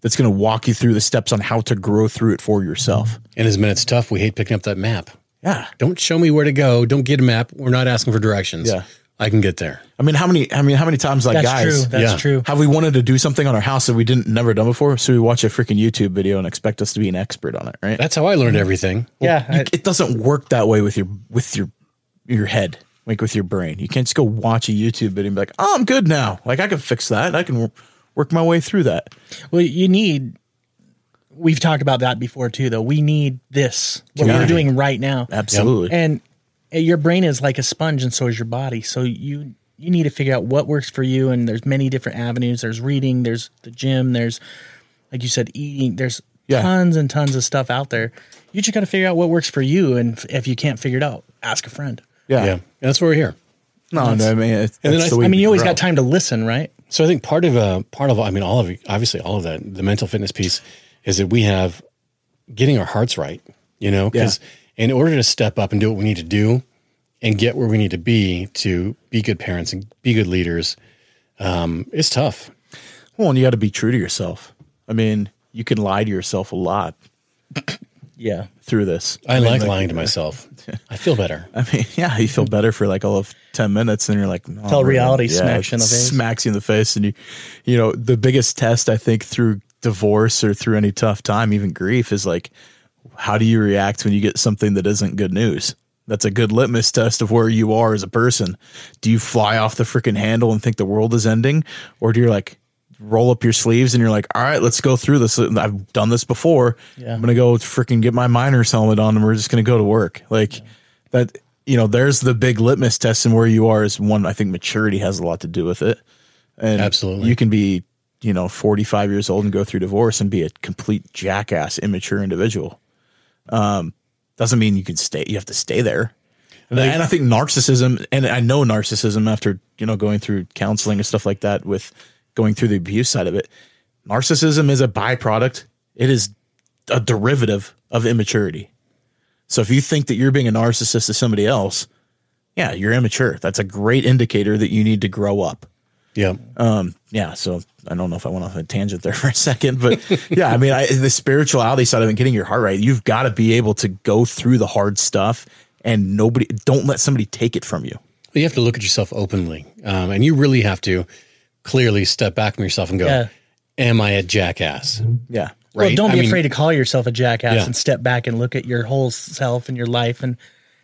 S3: that's going to walk you through the steps on how to grow through it for yourself.
S2: And as minutes tough, we hate picking up that map.
S3: Yeah.
S2: Don't show me where to go. Don't get a map. We're not asking for directions.
S3: Yeah.
S2: I can get there.
S3: I mean, how many, I mean, how many times like
S5: That's
S3: guys,
S5: true. That's
S2: yeah.
S5: true.
S3: have we wanted to do something on our house that we didn't never done before? So we watch a freaking YouTube video and expect us to be an expert on it, right?
S2: That's how I learned everything.
S5: Yeah,
S3: you-
S5: I-
S3: it doesn't work that way with your with your your head like with your brain you can't just go watch a youtube video and be like oh i'm good now like i can fix that i can w- work my way through that
S5: Well, you need. We've talked about that before too, though. We need this what we're
S3: Community.
S5: doing right now,
S3: absolutely
S5: and uh, your brain is like a sponge, and so is your body. So you you need to figure out what works for you. And there's many different avenues. There's reading. There's the gym. There's like you said, eating. There's
S3: Yeah.
S5: tons and tons of stuff out there. You just got to figure out what works for you, and f- if you can't figure it out, ask a friend.
S3: yeah,
S2: yeah. And that's where we're here.
S3: no no i mean it's,
S2: And then
S3: that's
S2: I-
S3: the way
S5: I mean, you always
S3: grow.
S5: got time to listen, right?
S2: So I think part of uh, part of I mean all of it- obviously all of that the mental fitness piece is that we have getting our hearts right, you know, because in order to step up and do what we need to do and get where we need to be to be good parents and be good leaders, um, it's tough.
S3: well and you got to be true to yourself i mean you can lie to yourself a lot
S5: Yeah.
S3: through this.
S2: I, like lying to
S5: <laughs>
S2: myself. I feel better.
S5: Uh,
S3: I mean, <laughs> yeah, you feel better for like all of ten minutes, and you're like, no,
S5: Till
S3: man.
S5: reality smacks you in the face.
S3: smacks you in the face, and you, you know, the biggest test I think through divorce or through any tough time, even grief, is like, how do you react when you get something that isn't good news? That's a good litmus test of where you are as a person. Do you fly off the freaking handle and think the world is ending, or do you like roll up your sleeves and you're like, all right, let's go through this. I've done this before.
S5: Yeah.
S3: I'm gonna go freaking get my miner's helmet on, and we're just gonna go to work. Like that. You know, there's the big litmus test, and where you are is one. I think maturity has a lot to do with it. And
S2: Absolutely.
S3: you can be, you know, 45 years old and go through divorce and be a complete jackass, immature individual. Um, doesn't mean you can stay. You have to stay there. And, I, and I think narcissism, and I know narcissism after you know going through counseling and stuff like that, with going through the abuse side of it. Narcissism is a byproduct. It is a derivative of immaturity. So if you think that you're being a narcissist to somebody else, yeah, you're immature. That's a great indicator that you need to grow up
S2: Yeah.
S5: uh,
S3: yeah, so I don't know if I went off on a tangent there <laughs> for a second, but yeah, I mean, I, the spirituality side of it, getting your heart right, you've got to be able to go through the hard stuff and nobody, don't let somebody take it from you.
S2: you have to look at yourself openly. Um, and you really have to clearly step back from yourself and go,
S5: Yeah. Mm-hmm.
S2: Am I a jackass?
S3: Yeah.
S5: Well,
S2: Right?
S5: don't
S2: I
S5: be
S2: mean,
S5: afraid to call yourself a jackass
S2: Yeah.
S5: and step back and look at your whole self and your life and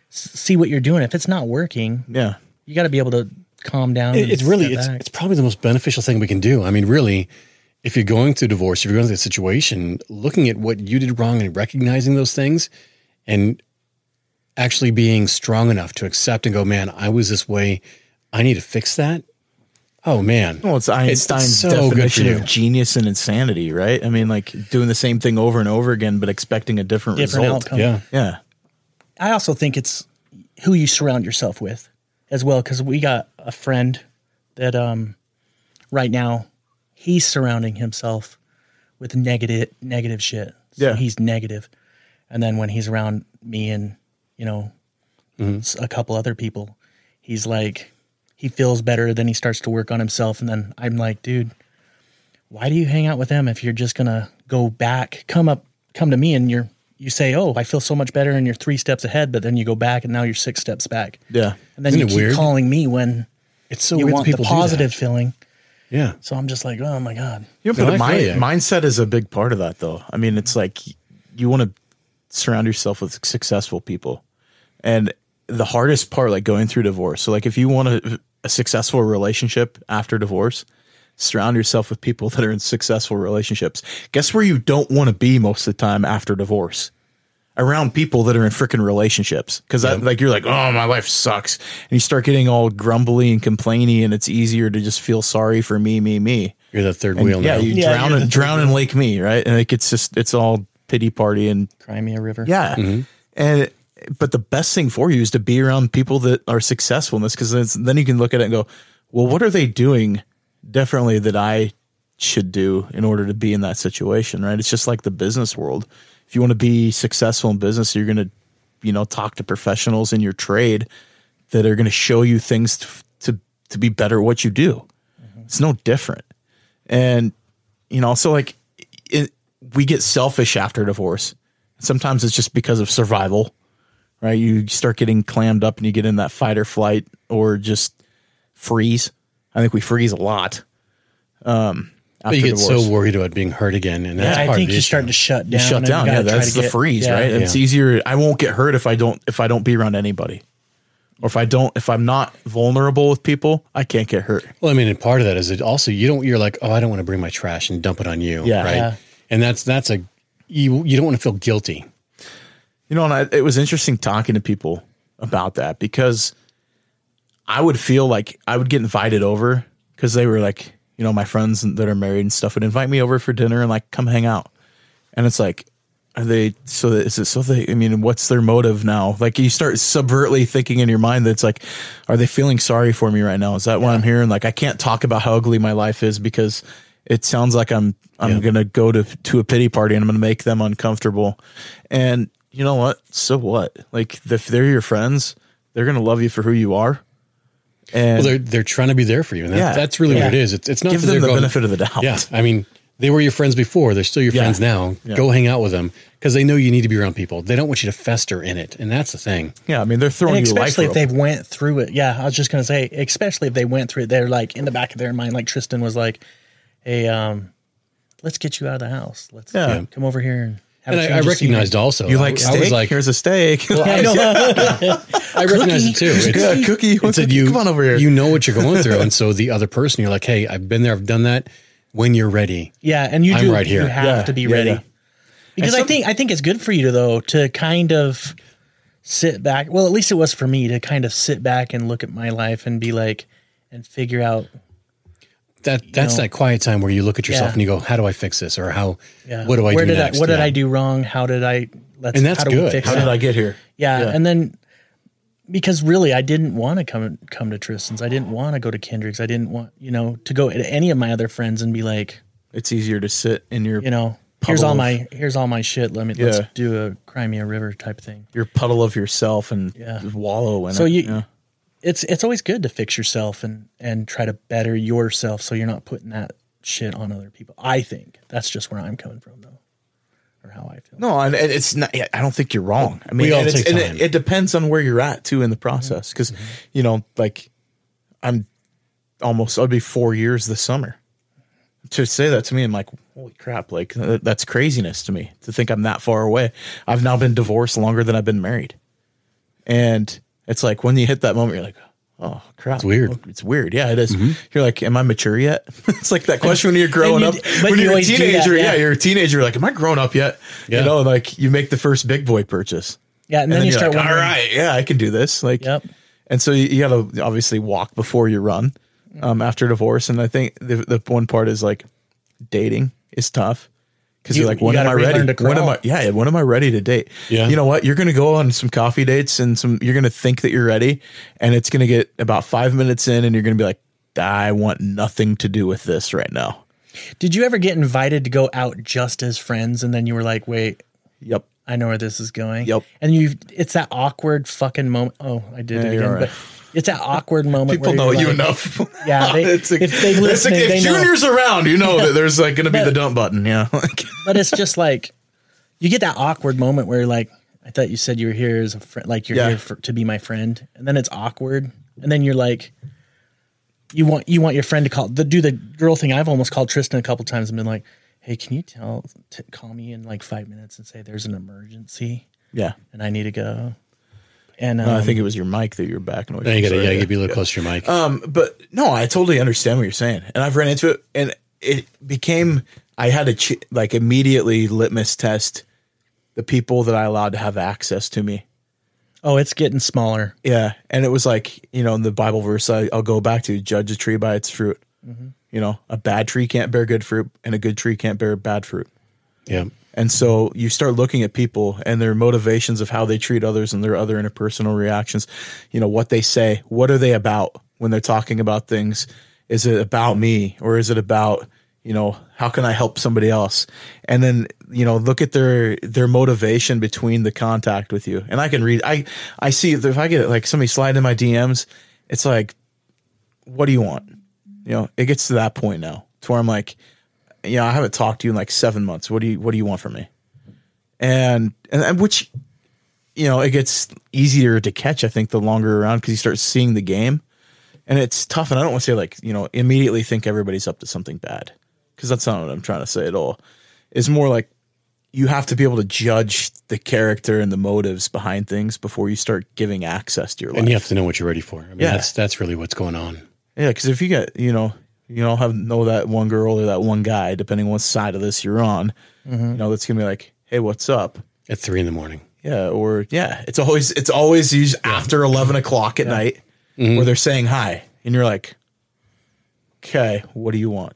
S5: s- see what you're doing. If it's not working,
S3: Yeah.
S5: you got to be able to calm down.
S2: It-
S5: and
S2: it's really
S5: step
S2: it's,
S5: back.
S2: it's probably the most beneficial thing we can do i mean really if you're going through divorce if you're going through a situation looking at what you did wrong and recognizing those things and actually being strong enough to accept and go man i was this way i need to fix that oh man
S3: Well, it's Einstein's
S2: so good for
S3: definition
S2: you.
S3: of genius and insanity, right? I mean, like doing the same thing over and over again, but expecting a different,
S5: Different
S3: result.
S5: outcome.
S2: yeah
S3: Yeah.
S5: I also think it's who you surround yourself with as well. Cause we got a friend that, um, right now he's surrounding himself with negative, negative shit. So
S3: Yeah.
S5: He's negative. And then when he's around me and, you know, s- a couple other people, he's like, he feels better. Then he starts to work on himself. And then I'm like, dude, why do you hang out with them if you're just gonna go back come up come to me and you're you say oh i feel so much better and you're three steps ahead but then you go back and now you're six steps back
S3: Yeah.
S5: and then
S2: Isn't
S5: you
S2: it
S5: keep
S2: weird?
S5: calling me when
S2: it's so
S5: you
S2: weird that
S5: want the
S2: people do that.
S5: positive feeling
S2: yeah
S5: so i'm just like oh my god
S3: You know,
S2: No,
S3: but
S2: I
S3: my,
S2: feel you.
S3: mindset is a big part of that, though. I mean, it's like you want to surround yourself with successful people, and the hardest part, like going through divorce. So, like, if you want a, a successful relationship after divorce, surround yourself with people <laughs> that are in successful relationships. Guess where you don't want to be most of the time after divorce? Around people that are in freaking relationships, because like you're like, oh, my life sucks, and you start getting all grumbly and complaining, and it's easier to just feel sorry for me, me, me.
S2: you're the third
S3: And
S2: wheel
S3: yeah,
S2: now
S3: you
S5: Yeah,
S3: drown
S5: you're the
S3: and drown in Lake Me, right? And like it's just it's all pity party and
S5: crimea river
S3: yeah. And but the best thing for you is to be around people that are successful in this because then you can look at it and go, well, what are they doing differently that I should do in order to be in that situation, right? It's just like the business world. If you want to be successful in business, you're going to, you know, talk to professionals in your trade that are going to show you things to, to to be better at what you do.
S5: Mm-hmm.
S3: It's no different. And you know, so like it, we get selfish after divorce. Sometimes it's just because of survival, right? You start getting clammed up and you get in that fight or flight or just freeze. I think we freeze a lot. Um,
S2: but
S3: after
S2: you get
S3: divorce.
S2: so worried about being hurt again and that's
S5: i
S2: part
S5: think
S2: of the
S5: you
S2: issue.
S5: start to shut down
S3: You shut
S5: and
S3: down. Yeah,
S5: gotta try
S3: that's
S5: to
S3: the
S5: get-
S3: freeze,
S5: yeah.
S3: right? And It's
S2: Yeah.
S3: easier. I won't get hurt if I don't if I don't be around anybody, or if I don't if I'm not vulnerable with people, I can't get hurt.
S2: Well, I mean, and part of that is it also you don't you're like, oh, I don't want to bring my trash and dump it on you,
S3: Yeah.
S2: right?
S5: Yeah.
S2: And that's that's a you you don't want to feel guilty.
S3: You know, and I, it was interesting talking to people about that because I would feel like I would get invited over because they were like, you know, my friends that are married and stuff would invite me over for dinner and like come hang out. And it's like, are they so that is it so they I mean, what's their motive now? Like you start subvertly thinking in your mind that's like, are they feeling sorry for me right now? Is that what I'm hearing? Like I can't talk about how ugly my life is because it sounds like I'm I'm gonna go to to a pity party and I'm gonna make them uncomfortable. And you know what? So what? Like if they're your friends, they're gonna love you for who you are. And
S2: Well, they're they're trying to be there for you, and that,
S3: Yeah.
S2: that's really
S5: Yeah.
S2: what it is. It's, it's not
S3: give
S2: that
S3: them
S2: they're
S3: the
S2: going,
S3: benefit of the doubt.
S2: Yeah, I mean, They were your friends before. They're still your
S3: Yeah.
S2: friends now. Go hang out with them because they know you need to be around people. They don't want you to fester in it, and that's the thing.
S3: Yeah, I mean they're throwing
S5: And
S3: you a life
S5: especially if
S3: rope.
S5: they went through it. Yeah, I was just gonna say, especially if they went through it, they're like in the back of their mind, like Tristan was like, "Hey, um, let's get you out of the house. Let's
S3: Yeah.
S5: come over here and have
S2: And
S5: a
S2: I, I
S5: change of scenery."
S2: recognized also.
S3: you
S2: I-
S3: like steak?
S2: I was like,
S3: Here's a steak. <laughs>
S2: <laughs>
S5: I know. <laughs>
S2: I recognized it too. It's,
S3: yeah, cookie.
S2: it
S3: What's
S2: said
S3: it?
S2: you
S3: Come on over here.
S2: You know what you're going through, and so the other person, you're like, hey, I've been there, I've done that. When you're ready,
S5: Yeah, and you
S2: I'm
S5: do.
S2: right here.
S5: You have
S3: Yeah,
S5: to be
S3: yeah,
S5: ready.
S3: yeah.
S5: Because I think I think it's good for you to though to kind of sit back. Well, at least it was for me to kind of sit back and look at my life and be like and figure out
S2: that that's
S5: know.
S2: that quiet time where you look at yourself
S5: Yeah.
S2: and you go, how do I fix this, or how,
S5: yeah,
S2: what do I
S5: where
S2: do
S5: did
S2: next?
S5: I, what did
S2: Yeah.
S5: I do wrong? How did I let's
S2: And that's
S5: how do we
S2: good.
S5: fix
S3: How
S5: it?
S3: did I get here?
S5: yeah,
S3: Yeah.
S5: and then because really I didn't want to come come to Tristan's. I didn't want to go to Kendrick's. I didn't want, you know, to go to any of my other friends and be like,
S3: It's easier to sit in your
S5: you know, here's all
S3: Puddle of-
S5: my here's all my shit. Let me let's
S3: Yeah.
S5: do a Crimea River type thing.
S3: your puddle of yourself and
S5: Yeah.
S3: just wallow in
S5: So
S3: it.
S5: you-
S3: yeah.
S5: it's it's always good to fix yourself and and try to better yourself so you're not putting that shit on other people. I think that's just where I'm coming from though, or how I feel.
S3: No, and and it's not. yeah, I don't think you're wrong. I mean,
S2: all
S3: and, it's-
S2: take
S3: and
S2: time.
S3: it, it depends on where you're at too in the process, because
S5: Mm-hmm.
S3: you know, like I'm almost I'll be four years this summer. To say that to me, I'm like, holy crap! Like th- that's craziness to me to think I'm that far away. I've now been divorced longer than I've been married, and it's like when you hit that moment, you're like. Oh crap! It's
S2: weird.
S3: It's weird. Yeah, it is. You're like, am I mature yet? <laughs> it's like that question when you're growing
S5: Mm-hmm. you
S3: up.
S5: d- but
S3: when
S5: you
S3: you're a
S5: always do that,
S3: teenager, yeah,
S5: yeah.
S3: you're you're a teenager, like, am I grown up yet?
S2: Yeah.
S3: You know, like you make the first big boy purchase.
S5: Yeah, and, then, you
S3: you're
S5: start
S3: like, all
S5: wondering.
S3: right, yeah, I can do this. Like,
S5: Yep.
S3: and so you, you gotta obviously walk before you run um, after divorce. And I think the, the one part is like dating is tough. Because
S5: You-
S3: you're like,
S5: you
S3: when am
S5: gotta
S3: I
S5: relearn
S3: ready?
S5: to
S3: When am I?
S5: crawl.
S3: Yeah, when am I ready to date?
S2: Yeah.
S3: You know what? You're gonna go on some coffee dates and some. You're gonna think that you're ready, and it's gonna get about five minutes in, and you're gonna be like, I want nothing to do with this right now.
S5: Did you ever get invited to go out just as friends, and then you were like, wait,
S3: Yep.
S5: I know where this is going.
S3: Yep.
S5: And you, it's that awkward fucking moment. Oh, I
S3: Yeah,
S5: did it
S3: you're
S5: again.
S3: all right.
S5: But it's that awkward moment.
S3: People
S5: where
S3: know
S5: you're
S3: you
S5: like-
S3: enough. <laughs>
S5: Yeah, they-
S3: It's like-
S5: if they
S3: it's like
S5: listen,
S3: if
S5: they know.
S3: Junior's around, you know that there's like going to be the
S5: But-
S3: dump button. Yeah, <laughs> like,
S5: but it's just like you get that awkward moment where you're like i thought you said you were here as a friend like you're
S3: Yeah.
S5: here for, to be my friend and then it's awkward and then you're like you want you want your friend to call the do the girl thing i've almost called tristan a couple times and been like hey can you tell t- call me in like five minutes and say there's an emergency
S3: yeah.
S5: and i need to go and
S3: No, I
S5: um,
S3: think it was your mic that you're backing away.
S2: Now you
S3: from.
S2: gotta,
S3: Sorry.
S2: yeah, you gotta be a little close to your mic.
S3: Um, but no, I totally understand what you're saying, and I've ran into it, and it became I had to ch- like immediately litmus test the people that I allowed to have access to me.
S5: oh it's getting smaller
S3: Yeah, and it was like you know in the Bible verse I, I'll go back to judge a tree by its fruit.
S5: Mm-hmm.
S3: You know, a bad tree can't bear good fruit, and a good tree can't bear bad fruit.
S2: yeah,
S3: And so you start looking at people and their motivations of how they treat others and their other interpersonal reactions, you know, what they say, what are they about when they're talking about things? Is it about me or is it about, you know, how can I help somebody else? And then, you know, look at their their motivation between the contact with you. And I can read I I see that if I get like somebody slide in my DMs, it's like what do you want? You know, it gets to that point now to where I'm like, you know, I haven't talked to you in like seven months. What do you What do you want from me? And and, and which, you know, it gets easier to catch. I think the longer around because you start seeing the game, and it's tough. And I don't want to say like you know immediately think everybody's up to something bad because that's not what I'm trying to say at all. It's more like you have to be able to judge the character and the motives behind things before you start giving access to your life.
S2: and you have to know what you're ready for. I mean,
S3: Yeah.
S2: that's that's really what's going on.
S3: Yeah, because if you get you know you don't have know that one girl or that one guy, depending what side of this you're on,
S2: Mm-hmm.
S3: you know that's gonna be like, hey, what's up?
S2: At three in the morning,
S3: Yeah, or yeah, it's always it's always used after eleven o'clock at night where they're saying hi, and you're like, okay, what do you want?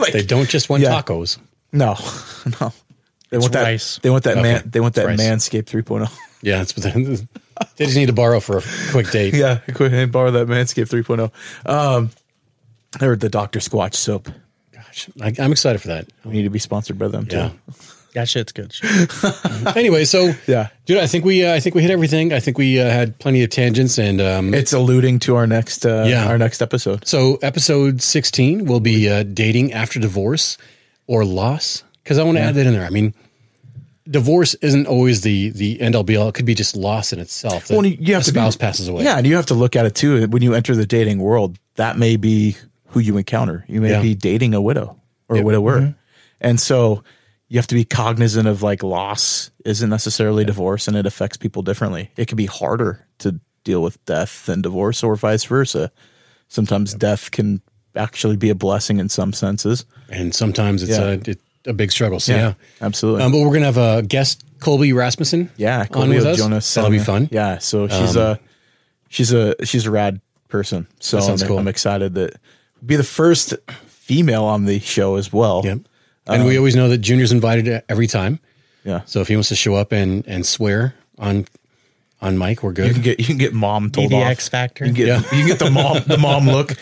S3: like
S2: they don't just want
S3: Yeah.
S2: tacos.
S3: no, <laughs> no, they want that
S5: rice.
S3: they want that
S2: Okay.
S3: man they want that
S2: Rice.
S3: manscape 3.0.
S2: Yeah, that's what they, <laughs> they just need to borrow for a quick
S3: <laughs>
S2: date.
S3: yeah, quit and borrow that manscape 3.0. Um, or the Doctor Squatch soap.
S2: I, I'm excited for that.
S3: We need to be sponsored by them
S2: Yeah.
S3: too.
S5: that shit's good
S2: anyway,
S5: <laughs>
S2: so
S3: Yeah.
S2: dude, I think we uh, I think we hit everything. I think we uh, had plenty of tangents, and um,
S3: It's alluding to our next uh,
S2: Yeah.
S3: our next episode.
S2: so episode 16 will be uh, dating after divorce. or loss because I want to add that in there. I mean, divorce isn't always the the end all be all. It could be just loss in itself. that
S3: Well, and you- you have
S2: a
S3: to be-
S2: spouse passes away.
S3: Yeah, and you have to look at it too. When you enter the dating world, that may be who you encounter. You may
S2: Yeah. Mm-hmm.
S3: be dating a widow or a widower, and so you have to be cognizant of like loss isn't necessarily divorce, and it affects people differently. It can be harder to deal with death than divorce, or vice versa. Sometimes death can actually be a blessing in some senses.
S2: and sometimes it's
S3: Yeah.
S2: a it, a big struggle. So yeah,
S3: absolutely.
S2: Um, but we're gonna have a guest, Colby Rasmussen.
S3: Yeah,
S2: on
S3: Colby
S2: with
S3: of
S2: us.
S3: Jonas.
S2: That'll be
S3: Salmia.
S2: fun. Um,
S3: Yeah, so she's a she's a she's a rad person. So
S2: That sounds
S3: I'm, e-
S2: cool.
S3: I'm excited that be the first female on the show as well.
S2: Yep. And we always know that Junior's invited every time.
S3: Um, Yeah.
S2: So if he wants to show up and and swear on on mic, we're
S3: You can
S2: good.
S3: get you can get mom told
S5: DDX
S3: off.
S5: factor,
S3: You can get, you can get the mom the mom look.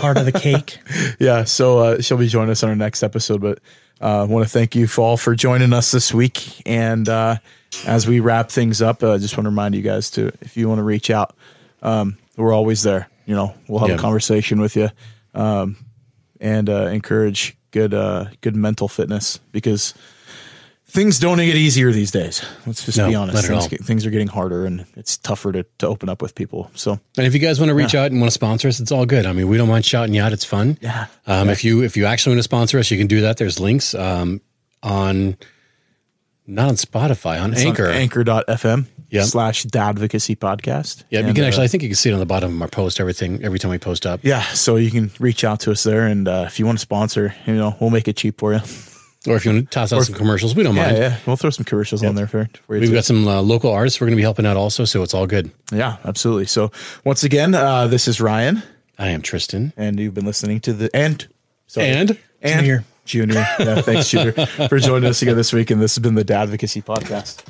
S5: part of the cake.
S3: Yeah, so uh, she'll be joining us on our next episode. But uh, I want to thank you for all for joining us this week. And uh, as we wrap things up, I uh, just want to remind you guys to, if you want to reach out, um, we're always there. You know, we'll have
S2: Yeah.
S3: a conversation with you um, and uh, encourage good uh, good mental fitness because things don't get easier these days. Let's just
S2: No,
S3: be
S2: not
S3: honest.
S2: at
S3: Things,
S2: all.
S3: get, things are getting harder and it's tougher to, to open up with people. So
S2: And if you guys want to reach out and want to sponsor us, it's all good. I mean, we don't mind shouting you out. It's fun.
S3: Yeah.
S2: Um, If you if you actually want to sponsor us, you can do that. There's links um, on not on Spotify on
S3: it's on
S2: Anchor.
S3: anchor.fm
S2: Yep.
S3: slash dadvocacy podcast.
S2: Yeah, you
S3: And,
S2: can
S3: uh,
S2: actually. I think you can see it on the bottom of our post. Everything every time we post up,
S3: Yeah, so you can reach out to us there, and uh, if you want to sponsor, you know, we'll make it cheap for you.
S2: or if you want to toss out some commercials, we don't
S3: Yeah,
S2: mind.
S3: yeah, we'll throw some commercials on there for, for you.
S2: We've
S3: too.
S2: got some uh, local artists we're going to be helping out also, so it's all good.
S3: yeah, absolutely. So once again, uh, this is Ryan,
S2: I am Tristan.
S3: and you've been listening to the and sorry,
S2: And
S3: and
S5: Junior.
S2: <laughs>
S3: Junior. Yeah, thanks, Junior, for joining us again this week, and this has been the Dadvocacy Podcast.